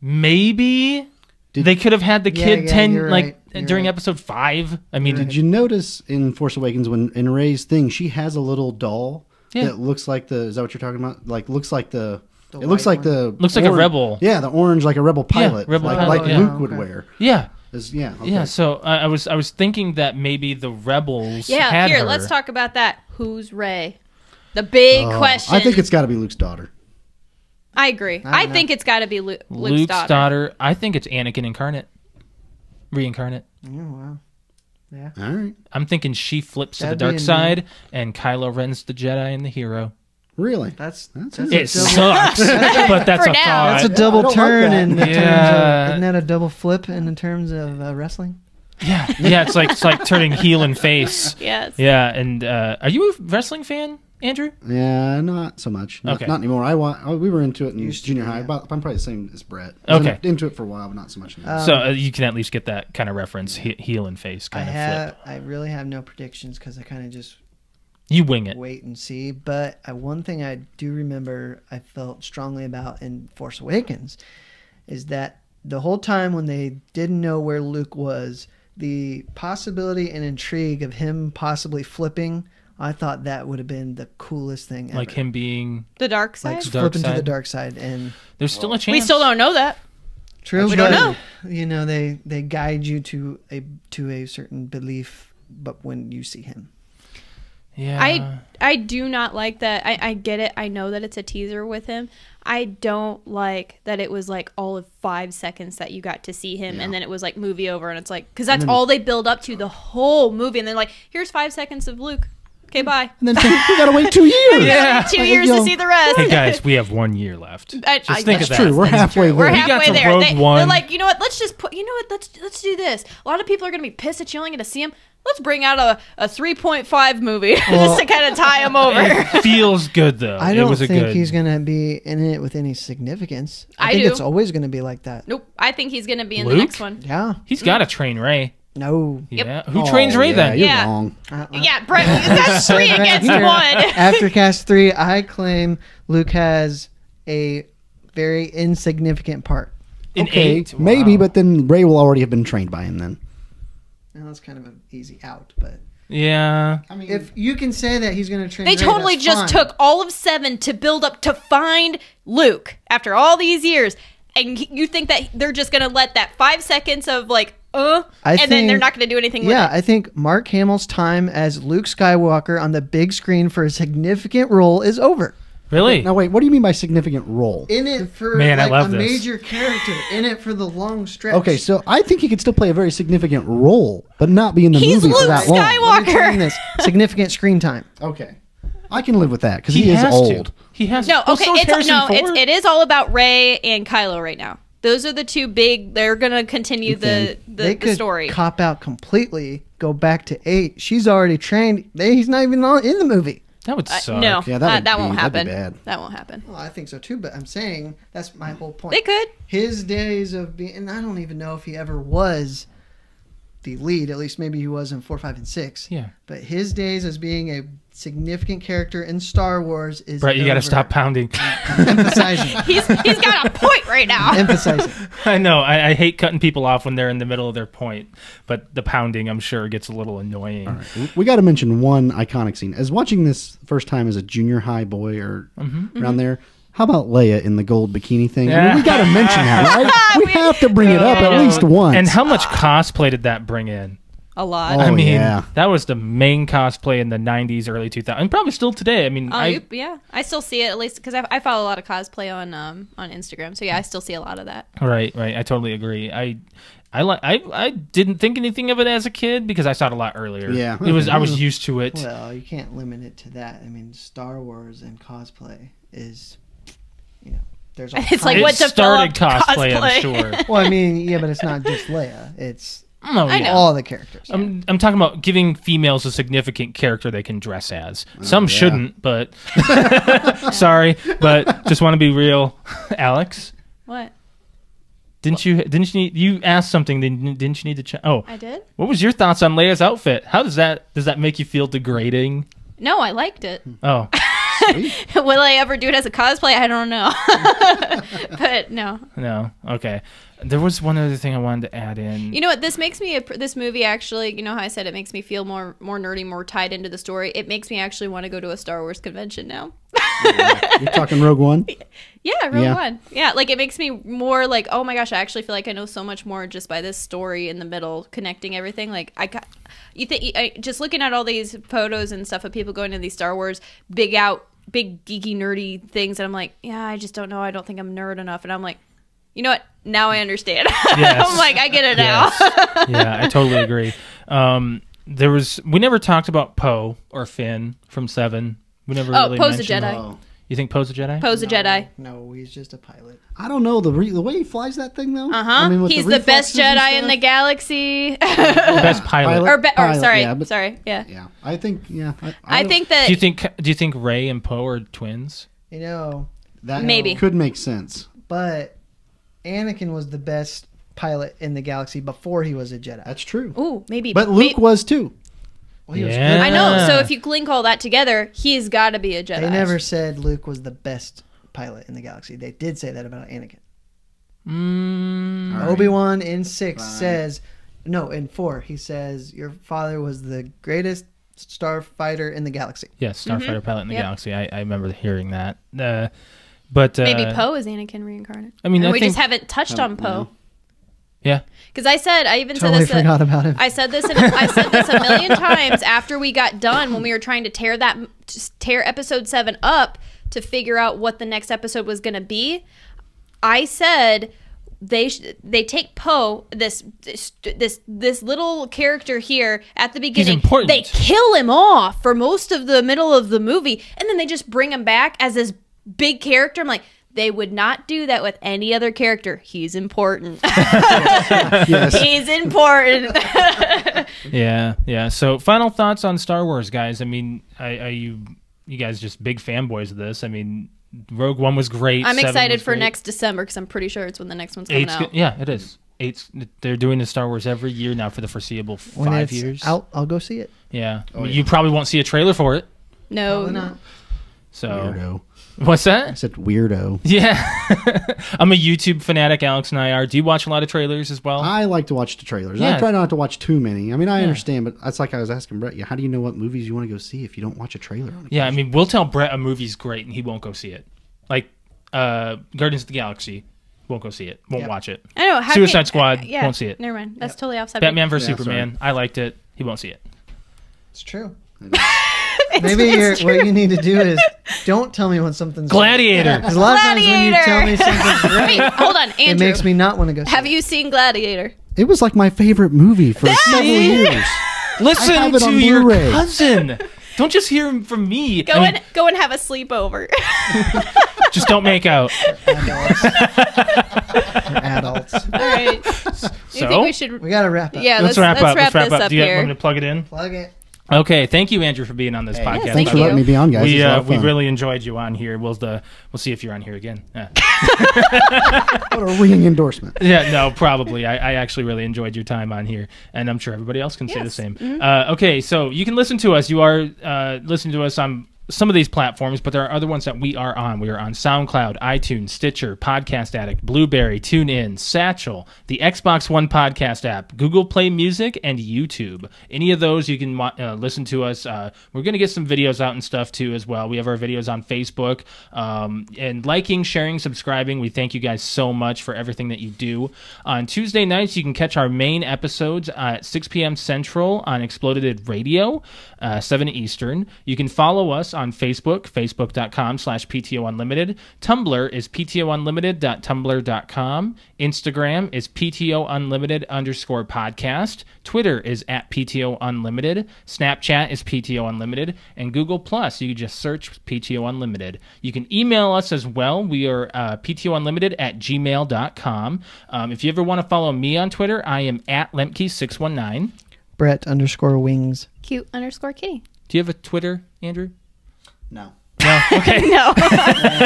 Speaker 3: maybe
Speaker 5: Did-
Speaker 3: they could have had the
Speaker 2: Yeah,
Speaker 3: kid
Speaker 2: yeah,
Speaker 3: 10
Speaker 2: you're
Speaker 3: like
Speaker 2: right, you're
Speaker 3: during
Speaker 2: right.
Speaker 3: episode 5 i mean
Speaker 5: Did you notice in Force Awakens when in Ray's thing, she has a little doll
Speaker 3: Yeah.
Speaker 5: that looks like the? Is that what you're talking about? Like looks like the
Speaker 2: The
Speaker 5: it looks
Speaker 2: white
Speaker 5: like
Speaker 2: one.
Speaker 5: the
Speaker 3: Looks like a
Speaker 5: orange-
Speaker 3: rebel.
Speaker 5: Yeah, the orange like a rebel pilot,
Speaker 3: rebel
Speaker 5: like,
Speaker 3: pilot,
Speaker 5: like
Speaker 3: yeah.
Speaker 5: Luke would
Speaker 2: Okay.
Speaker 5: wear.
Speaker 3: Yeah.
Speaker 5: Is- yeah, okay.
Speaker 3: Yeah, so I, I was I was thinking that maybe the rebels.
Speaker 4: Yeah,
Speaker 3: had
Speaker 4: here,
Speaker 3: her.
Speaker 4: let's talk about that. Who's Ray? The big
Speaker 5: Oh,
Speaker 4: question.
Speaker 5: I think it's got to be Luke's daughter.
Speaker 4: I agree.
Speaker 2: I
Speaker 4: I,
Speaker 2: don't
Speaker 4: think it's got to be Lu- Luke's,
Speaker 3: Luke's
Speaker 4: daughter.
Speaker 3: daughter. I think it's Anakin incarnate, reincarnate.
Speaker 2: Yeah, wow.
Speaker 5: All right,
Speaker 3: I'm thinking she flips
Speaker 2: That'd
Speaker 3: to the
Speaker 2: be
Speaker 3: dark
Speaker 2: a
Speaker 3: side, and Kylo Ren's the Jedi and the hero.
Speaker 5: really?
Speaker 2: That's
Speaker 5: That's
Speaker 2: that's,
Speaker 5: it.
Speaker 2: a
Speaker 3: It
Speaker 2: double,
Speaker 3: sucks, but that's
Speaker 4: For
Speaker 3: a
Speaker 4: now.
Speaker 3: thought.
Speaker 2: that's a double
Speaker 5: I don't like
Speaker 2: turn
Speaker 5: that.
Speaker 2: in the terms
Speaker 3: Yeah.
Speaker 2: of, isn't that a double flip in the terms of uh, wrestling?
Speaker 3: yeah, yeah. It's like it's like turning heel and face.
Speaker 4: Yes.
Speaker 3: Yeah, and uh, are you a wrestling fan, Andrew?
Speaker 5: Yeah, not so much. Not,
Speaker 3: Okay.
Speaker 5: not anymore. I wa- I- we were into it in
Speaker 2: Used to
Speaker 5: junior
Speaker 2: be,
Speaker 5: high.
Speaker 2: yeah.
Speaker 5: About, I'm probably the same as Brett. I was in-
Speaker 3: Okay.
Speaker 5: into it for a while, but not so much anymore.
Speaker 2: Um,
Speaker 3: so uh, you can at least get that kind of reference, he- heel and face
Speaker 2: I
Speaker 3: kind of flip.
Speaker 2: have I really have no predictions because I kind of just
Speaker 3: You wing it.
Speaker 2: wait and see. But I, one thing I do remember I felt strongly about in Force Awakens is that the whole time when they didn't know where Luke was, the possibility and intrigue of him possibly flipping, I thought that would have been the coolest thing ever.
Speaker 3: Like him being,
Speaker 4: The dark side.
Speaker 2: like
Speaker 3: dark
Speaker 2: flipping to the
Speaker 3: side.
Speaker 2: dark side and
Speaker 3: there's still a chance.
Speaker 4: we still don't know that.
Speaker 2: True,
Speaker 4: We don't know.
Speaker 2: You know, they they guide you to a to a certain belief, but when you see him,
Speaker 3: Yeah.
Speaker 4: I I do not like that. I, I get it. I know that it's a teaser with him. I don't like that it was like all of five seconds that you got to see him, and then it was like movie over, and it's like because that's all they build up to the whole movie, and they're like, here's five seconds of Luke.
Speaker 3: Mm.
Speaker 4: Okay, bye.
Speaker 5: and then we gotta wait two years.
Speaker 3: Yeah.
Speaker 4: Two years to see the rest.
Speaker 3: hey guys, we have one year left.
Speaker 4: I-
Speaker 3: Just
Speaker 4: I-
Speaker 3: think
Speaker 4: that's
Speaker 3: of that.
Speaker 5: True, we're halfway
Speaker 4: We're
Speaker 5: there.
Speaker 3: got
Speaker 4: halfway
Speaker 3: to
Speaker 4: there.
Speaker 3: Rogue
Speaker 4: they,
Speaker 3: One.
Speaker 4: They're like, you know what? Let's just put. You know what? Let's let's do this. A lot of people are going to be pissed at you only going to see him. Let's bring out a, a 3.5 movie just to kind of tie him over.
Speaker 3: It feels good though.
Speaker 2: I
Speaker 3: it
Speaker 2: don't
Speaker 3: was a
Speaker 2: think
Speaker 3: good...
Speaker 2: he's gonna be in it with any significance. I,
Speaker 4: I
Speaker 2: think
Speaker 4: do.
Speaker 2: it's always gonna be like that.
Speaker 4: nope. I think he's going to be in
Speaker 3: Luke?
Speaker 4: the next one.
Speaker 2: Yeah,
Speaker 3: He's got to train Ray.
Speaker 2: no.
Speaker 3: Yeah.
Speaker 4: Yep.
Speaker 3: Who
Speaker 5: Oh,
Speaker 3: trains Ray
Speaker 5: yeah,
Speaker 3: then?
Speaker 5: You're
Speaker 4: Yeah.
Speaker 5: wrong.
Speaker 2: Uh-uh.
Speaker 4: Yeah, Brett, that's three against one.
Speaker 2: After cast three, I claim Luke has a very insignificant part.
Speaker 3: In
Speaker 5: Okay,
Speaker 3: eight? Wow.
Speaker 5: maybe, but then Ray will already have been trained by him then.
Speaker 2: Now that's kind of an easy out, but
Speaker 3: Yeah.
Speaker 5: I mean,
Speaker 2: if you can say that he's gonna train,
Speaker 4: They
Speaker 2: Ray,
Speaker 4: totally
Speaker 2: that's
Speaker 4: just
Speaker 2: fine.
Speaker 4: took all of seven to build up to find Luke after all these years. And he- you think that they're just going to let that five seconds of like, uh,
Speaker 2: I
Speaker 4: and then they're
Speaker 2: think-
Speaker 4: not going to do anything with it.
Speaker 2: Yeah, I think Mark Hamill's time as Luke Skywalker on the big screen for a significant role is over.
Speaker 3: Really?
Speaker 5: now wait, what do you mean by significant role?
Speaker 2: In it for
Speaker 3: Man, I
Speaker 2: like,
Speaker 3: love
Speaker 2: a
Speaker 3: this.
Speaker 2: major character. In it for the long stretch.
Speaker 5: Okay, so I think he could still play a very significant role, but not be in the
Speaker 4: He's
Speaker 5: movie for
Speaker 4: Luke
Speaker 5: that long.
Speaker 2: Let me explain
Speaker 4: Skywalker.
Speaker 2: this significant screen time.
Speaker 5: Okay, I can live with that because he, is
Speaker 3: has
Speaker 5: old.
Speaker 3: To. He has
Speaker 4: No,
Speaker 3: Well,
Speaker 4: okay,
Speaker 3: so is
Speaker 4: it's
Speaker 3: Harrison
Speaker 4: no, it's,
Speaker 3: Ford.
Speaker 4: it is all about Ray and Kylo right now. Those are the two big. They're gonna continue the
Speaker 2: they
Speaker 4: the,
Speaker 2: could
Speaker 4: the story.
Speaker 2: cop out completely. Go back to eight. She's already trained. They, he's not even on, in the movie.
Speaker 3: That would
Speaker 4: Uh,
Speaker 3: suck.
Speaker 4: no,
Speaker 5: Yeah,
Speaker 4: uh,
Speaker 5: that would
Speaker 4: that,
Speaker 5: be-
Speaker 4: won't
Speaker 5: that'd
Speaker 4: happen.
Speaker 5: be bad.
Speaker 4: That won't happen.
Speaker 2: Well, I think so too. But I'm saying that's my whole point.
Speaker 4: They could.
Speaker 2: His days of being, and I don't even know if he ever was the lead. At least maybe he was in four, five, and six.
Speaker 3: Yeah.
Speaker 2: But his days as being a significant character in Star Wars is
Speaker 3: Brett, you got to
Speaker 2: over.
Speaker 3: stop pounding.
Speaker 2: emphasizing.
Speaker 4: He's he's got a point right now.
Speaker 2: emphasizing.
Speaker 3: I know. I, I hate cutting people off when they're in the middle of their point, but the pounding, I'm sure, gets a little annoying.
Speaker 5: We got to mention one iconic scene. As watching this first time as a junior high boy or
Speaker 3: Mm-hmm.
Speaker 5: around there, how about Leia in the gold bikini thing? I mean, we got to mention that, right? We have to bring it up at least once.
Speaker 3: Uh, And how much cosplay did that bring in?
Speaker 4: A lot.
Speaker 5: Oh,
Speaker 3: I mean,
Speaker 5: yeah.
Speaker 3: that was the main cosplay in the 90s, early 2000s, and probably still today. I mean,
Speaker 4: Oh,
Speaker 3: I,
Speaker 4: you- yeah, I still see it at least because I, I follow a lot of cosplay on um on Instagram. So yeah, I still see a lot of that.
Speaker 3: Right, right. I totally agree. I, I like. I, I didn't think anything of it as a kid because I saw it a lot earlier.
Speaker 5: Yeah.
Speaker 3: it was. I was used to it.
Speaker 2: Well, you can't limit it to that. I mean, Star Wars and cosplay is, you know, there's all
Speaker 4: It's like
Speaker 3: it
Speaker 2: kinds-
Speaker 4: what
Speaker 3: started
Speaker 4: developed
Speaker 3: cosplay, I'm
Speaker 4: cosplay.
Speaker 3: sure.
Speaker 2: Well, I mean, yeah, but it's not just Leia. It's
Speaker 3: Oh, yeah.
Speaker 4: know.
Speaker 2: all the characters.
Speaker 3: I'm, I'm talking about giving females a significant character they can dress as. Some shouldn't, but sorry, but just want to be real. Alex,
Speaker 4: What
Speaker 3: didn't you didn't you need, you asked something? Then didn't you need to check? Oh,
Speaker 4: I did?
Speaker 3: what was your thoughts on Leia's outfit? How does that does that make you feel degrading?
Speaker 4: No, I liked it.
Speaker 3: Oh,
Speaker 4: Will I ever do it as a cosplay? I don't know. but no,
Speaker 3: No. Okay. There was one other thing I wanted to add in.
Speaker 4: You know what? This makes me this movie actually. You know how I said it makes me feel more more nerdy, more tied into the story. It makes me actually want to go to a Star Wars convention now.
Speaker 5: You're talking Rogue One.
Speaker 4: Yeah, Rogue
Speaker 5: Yeah.
Speaker 4: One. Yeah, like it makes me more like, oh my gosh, I actually feel like I know so much more just by this story in the middle, connecting everything. Like I got, you think I- just looking at all these photos and stuff of people going to these Star Wars big out, big geeky nerdy things, and I'm like, yeah, I just don't know. I don't think I'm nerd enough, and I'm like, you know what? Now I understand.
Speaker 3: Yes.
Speaker 4: I'm like, I get it now.
Speaker 3: Yes. yeah, I totally agree. Um, there was we never talked about Poe or Finn from Seven. We never
Speaker 4: Oh,
Speaker 3: really
Speaker 4: Poe's a
Speaker 3: mentioned
Speaker 4: Jedi.
Speaker 3: them.
Speaker 5: Oh.
Speaker 3: You think Poe's a Jedi?
Speaker 4: Poe's a
Speaker 2: No,
Speaker 4: Jedi.
Speaker 2: No, he's just a pilot.
Speaker 5: I don't know the re- the way he flies that thing though.
Speaker 4: Uh huh.
Speaker 5: I mean, with
Speaker 4: He's the best
Speaker 5: reflexes and
Speaker 4: Jedi in the
Speaker 5: stuff.
Speaker 4: galaxy.
Speaker 3: Best pilot.
Speaker 5: Pilot.
Speaker 4: or, be- or
Speaker 5: Pilot,
Speaker 4: sorry,
Speaker 5: yeah, but-
Speaker 4: sorry, yeah.
Speaker 5: Yeah, I think. Yeah, I,
Speaker 4: I
Speaker 5: don't-
Speaker 4: think that
Speaker 3: Do you think Do you think Ray and Poe are twins?
Speaker 2: You know,
Speaker 5: that
Speaker 4: Maybe.
Speaker 5: could make sense.
Speaker 2: but Anakin was the best pilot in the galaxy before he was a Jedi.
Speaker 5: That's true.
Speaker 4: Ooh, maybe.
Speaker 5: But
Speaker 4: may-
Speaker 5: Luke was too.
Speaker 2: Well, Oh, he was
Speaker 3: Yeah.
Speaker 2: good.
Speaker 4: I know. So
Speaker 3: Ah.
Speaker 4: if you link all that together, he's got to be a Jedi.
Speaker 2: They never said Luke was the best pilot in the galaxy. They did say that about Anakin.
Speaker 3: Mm,
Speaker 5: All right.
Speaker 2: Obi Wan in six
Speaker 5: Fine.
Speaker 2: says, no, in four he says your father was the greatest starfighter in the galaxy.
Speaker 3: yes, Starfighter pilot in the
Speaker 4: Mm-hmm. Yep.
Speaker 3: galaxy. I, I remember hearing that. Uh, but uh,
Speaker 4: Maybe Poe is Anakin reincarnate.
Speaker 3: I mean,
Speaker 4: And
Speaker 3: I
Speaker 4: we
Speaker 3: think-
Speaker 4: just haven't touched on Poe.
Speaker 3: Yeah.
Speaker 4: Because I said I even
Speaker 2: Totally
Speaker 4: said this.
Speaker 2: forgot about him.
Speaker 4: I said this. In, I said this a million times after we got done when we were trying to tear that just tear episode seven up to figure out what the next episode was going to be. I said they sh- they take Poe this this this little character here at the beginning.
Speaker 3: important.
Speaker 4: They kill him off for most of the middle of the movie, and then they just bring him back as this big character. I'm like. They would not do that with any other character. He's important.
Speaker 5: Yes.
Speaker 4: He's important.
Speaker 3: Yeah, yeah. So, final thoughts on Star Wars, guys. I mean, are, are you you guys just big fanboys of this? I mean, Rogue One was great.
Speaker 4: I'm
Speaker 3: Seven
Speaker 4: excited
Speaker 3: was
Speaker 4: for
Speaker 3: great.
Speaker 4: next December because I'm pretty sure it's when the next one's coming
Speaker 3: Eight's
Speaker 4: out.
Speaker 3: go- yeah, it is. Eight's they're doing the Star Wars every year now for the foreseeable
Speaker 2: When
Speaker 3: five
Speaker 2: it's
Speaker 3: years.
Speaker 2: out, I'll go see it.
Speaker 3: Yeah.
Speaker 5: Oh, yeah.
Speaker 3: you probably won't see a trailer for it.
Speaker 4: No,
Speaker 2: Probably
Speaker 4: no.
Speaker 2: not.
Speaker 3: So
Speaker 5: Weirdo.
Speaker 3: what's
Speaker 5: I
Speaker 3: that?
Speaker 5: said weirdo.
Speaker 3: Yeah, I'm a YouTube fanatic. Alex and I are. Do you watch a lot of trailers as well?
Speaker 5: I like to watch the trailers.
Speaker 3: Yeah.
Speaker 5: I try not to watch too many. I mean, I understand, but that's like I was asking Brett. Yeah, how do you know what movies you want to go see if you don't watch a trailer?
Speaker 3: yeah, I mean, we'll tell Brett a movie's great and he won't go see it. Like uh Guardians of the Galaxy, won't go see it. Won't
Speaker 2: Yep.
Speaker 3: watch it.
Speaker 4: I know. How
Speaker 3: Suicide
Speaker 4: can-
Speaker 3: Squad,
Speaker 4: uh, yeah,
Speaker 3: won't see it.
Speaker 4: Never mind. That's totally offside.
Speaker 3: Batman vs
Speaker 5: Yeah,
Speaker 3: Superman. I liked it. He won't see it.
Speaker 2: It's true. Maybe you're,
Speaker 4: it's
Speaker 2: what you need to do is don't tell me when something's
Speaker 3: Gladiator.
Speaker 2: Because a lot of times when you tell me something's great,
Speaker 4: Wait, hold on, Andrew.
Speaker 2: it makes me not want to go. See
Speaker 4: Have
Speaker 2: it.
Speaker 4: you seen Gladiator?
Speaker 5: It was like my favorite movie for several years. I have
Speaker 3: Listen
Speaker 5: it on
Speaker 3: to your
Speaker 5: Blu-ray.
Speaker 3: cousin. Don't just hear him from me.
Speaker 4: Go
Speaker 3: I mean,
Speaker 4: and go and have a sleepover.
Speaker 3: just don't make out.
Speaker 2: Adults. We're adults.
Speaker 4: All right. You
Speaker 3: So?
Speaker 4: think we should?
Speaker 2: We gotta wrap up.
Speaker 4: Yeah,
Speaker 3: Let's,
Speaker 4: let's,
Speaker 3: wrap up. Let's wrap
Speaker 4: this
Speaker 3: up.
Speaker 4: up,
Speaker 3: Do you want me
Speaker 4: here.
Speaker 3: to plug it in?
Speaker 2: Plug it.
Speaker 3: Okay. Thank you, Andrew, for being on this podcast.
Speaker 4: yes,
Speaker 5: Thanks
Speaker 4: Thank
Speaker 5: for letting
Speaker 4: you.
Speaker 5: me be on, guys.
Speaker 3: we
Speaker 5: It's a lot
Speaker 3: uh,
Speaker 5: of
Speaker 3: we
Speaker 5: fun.
Speaker 3: really enjoyed you on here. We'll uh, we'll see if you're on here again. Yeah.
Speaker 5: what a ringing endorsement.
Speaker 3: yeah, no, probably. I, I actually really enjoyed your time on here, and I'm sure everybody else can say the
Speaker 4: Yes.
Speaker 3: same. Uh, okay, so you can listen to us. You are uh, listening to us on some of these platforms, but there are other ones that we are on. We are on SoundCloud, iTunes, Stitcher, Podcast Addict, Blueberry, TuneIn, Satchel, the Xbox One podcast app, Google Play Music, and YouTube. Any of those, you can wa- uh, listen to us. Uh, we're going to get some videos out and stuff too as well. We have our videos on Facebook um, and liking, sharing, subscribing. We thank you guys so much for everything that you do. On Tuesday nights, you can catch our main episodes uh, at 6 p.m. Central on Exploded Radio, uh, 7 Eastern. You can follow us on Facebook, facebook.com slash PTO Unlimited. Tumblr is ptounlimited.tumblr.com. Instagram is PTO Unlimited underscore podcast. Twitter is at PTO Unlimited. Snapchat is PTO Unlimited. And Google Plus, you just search PTO Unlimited. You can email us as well. We are uh, PTO Unlimited at gmail.com. Um, if you ever want to follow me on Twitter, I am at Lemke619.
Speaker 2: Brett underscore wings.
Speaker 4: Cute underscore kitty.
Speaker 3: Do you have a Twitter, Andrew?
Speaker 5: No.
Speaker 3: No. Okay.
Speaker 4: No.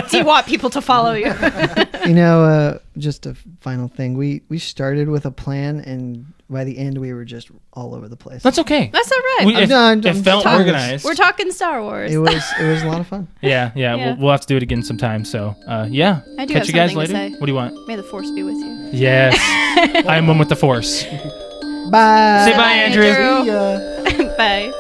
Speaker 4: Do you want people to follow you?
Speaker 2: You know, uh, just a final thing. We we started with a plan, and by the end, we were just all over the place.
Speaker 3: That's okay.
Speaker 4: That's all right.
Speaker 3: We-
Speaker 2: I'm
Speaker 3: it,
Speaker 2: done.
Speaker 3: it
Speaker 2: I'm
Speaker 3: felt
Speaker 2: done.
Speaker 3: organized.
Speaker 4: We're talking Star Wars.
Speaker 2: it was it was a lot of fun.
Speaker 3: yeah, yeah.
Speaker 4: Yeah.
Speaker 3: We'll, we'll have to do it again sometime. So, uh, yeah.
Speaker 4: I do
Speaker 3: Catch
Speaker 4: have
Speaker 3: you guys
Speaker 4: something
Speaker 3: later.
Speaker 4: to say.
Speaker 3: What do you want?
Speaker 4: May the force be with you.
Speaker 3: Yes. I am one with the force.
Speaker 2: Bye.
Speaker 3: Say bye, Andrew.
Speaker 5: Yeah.
Speaker 4: Bye.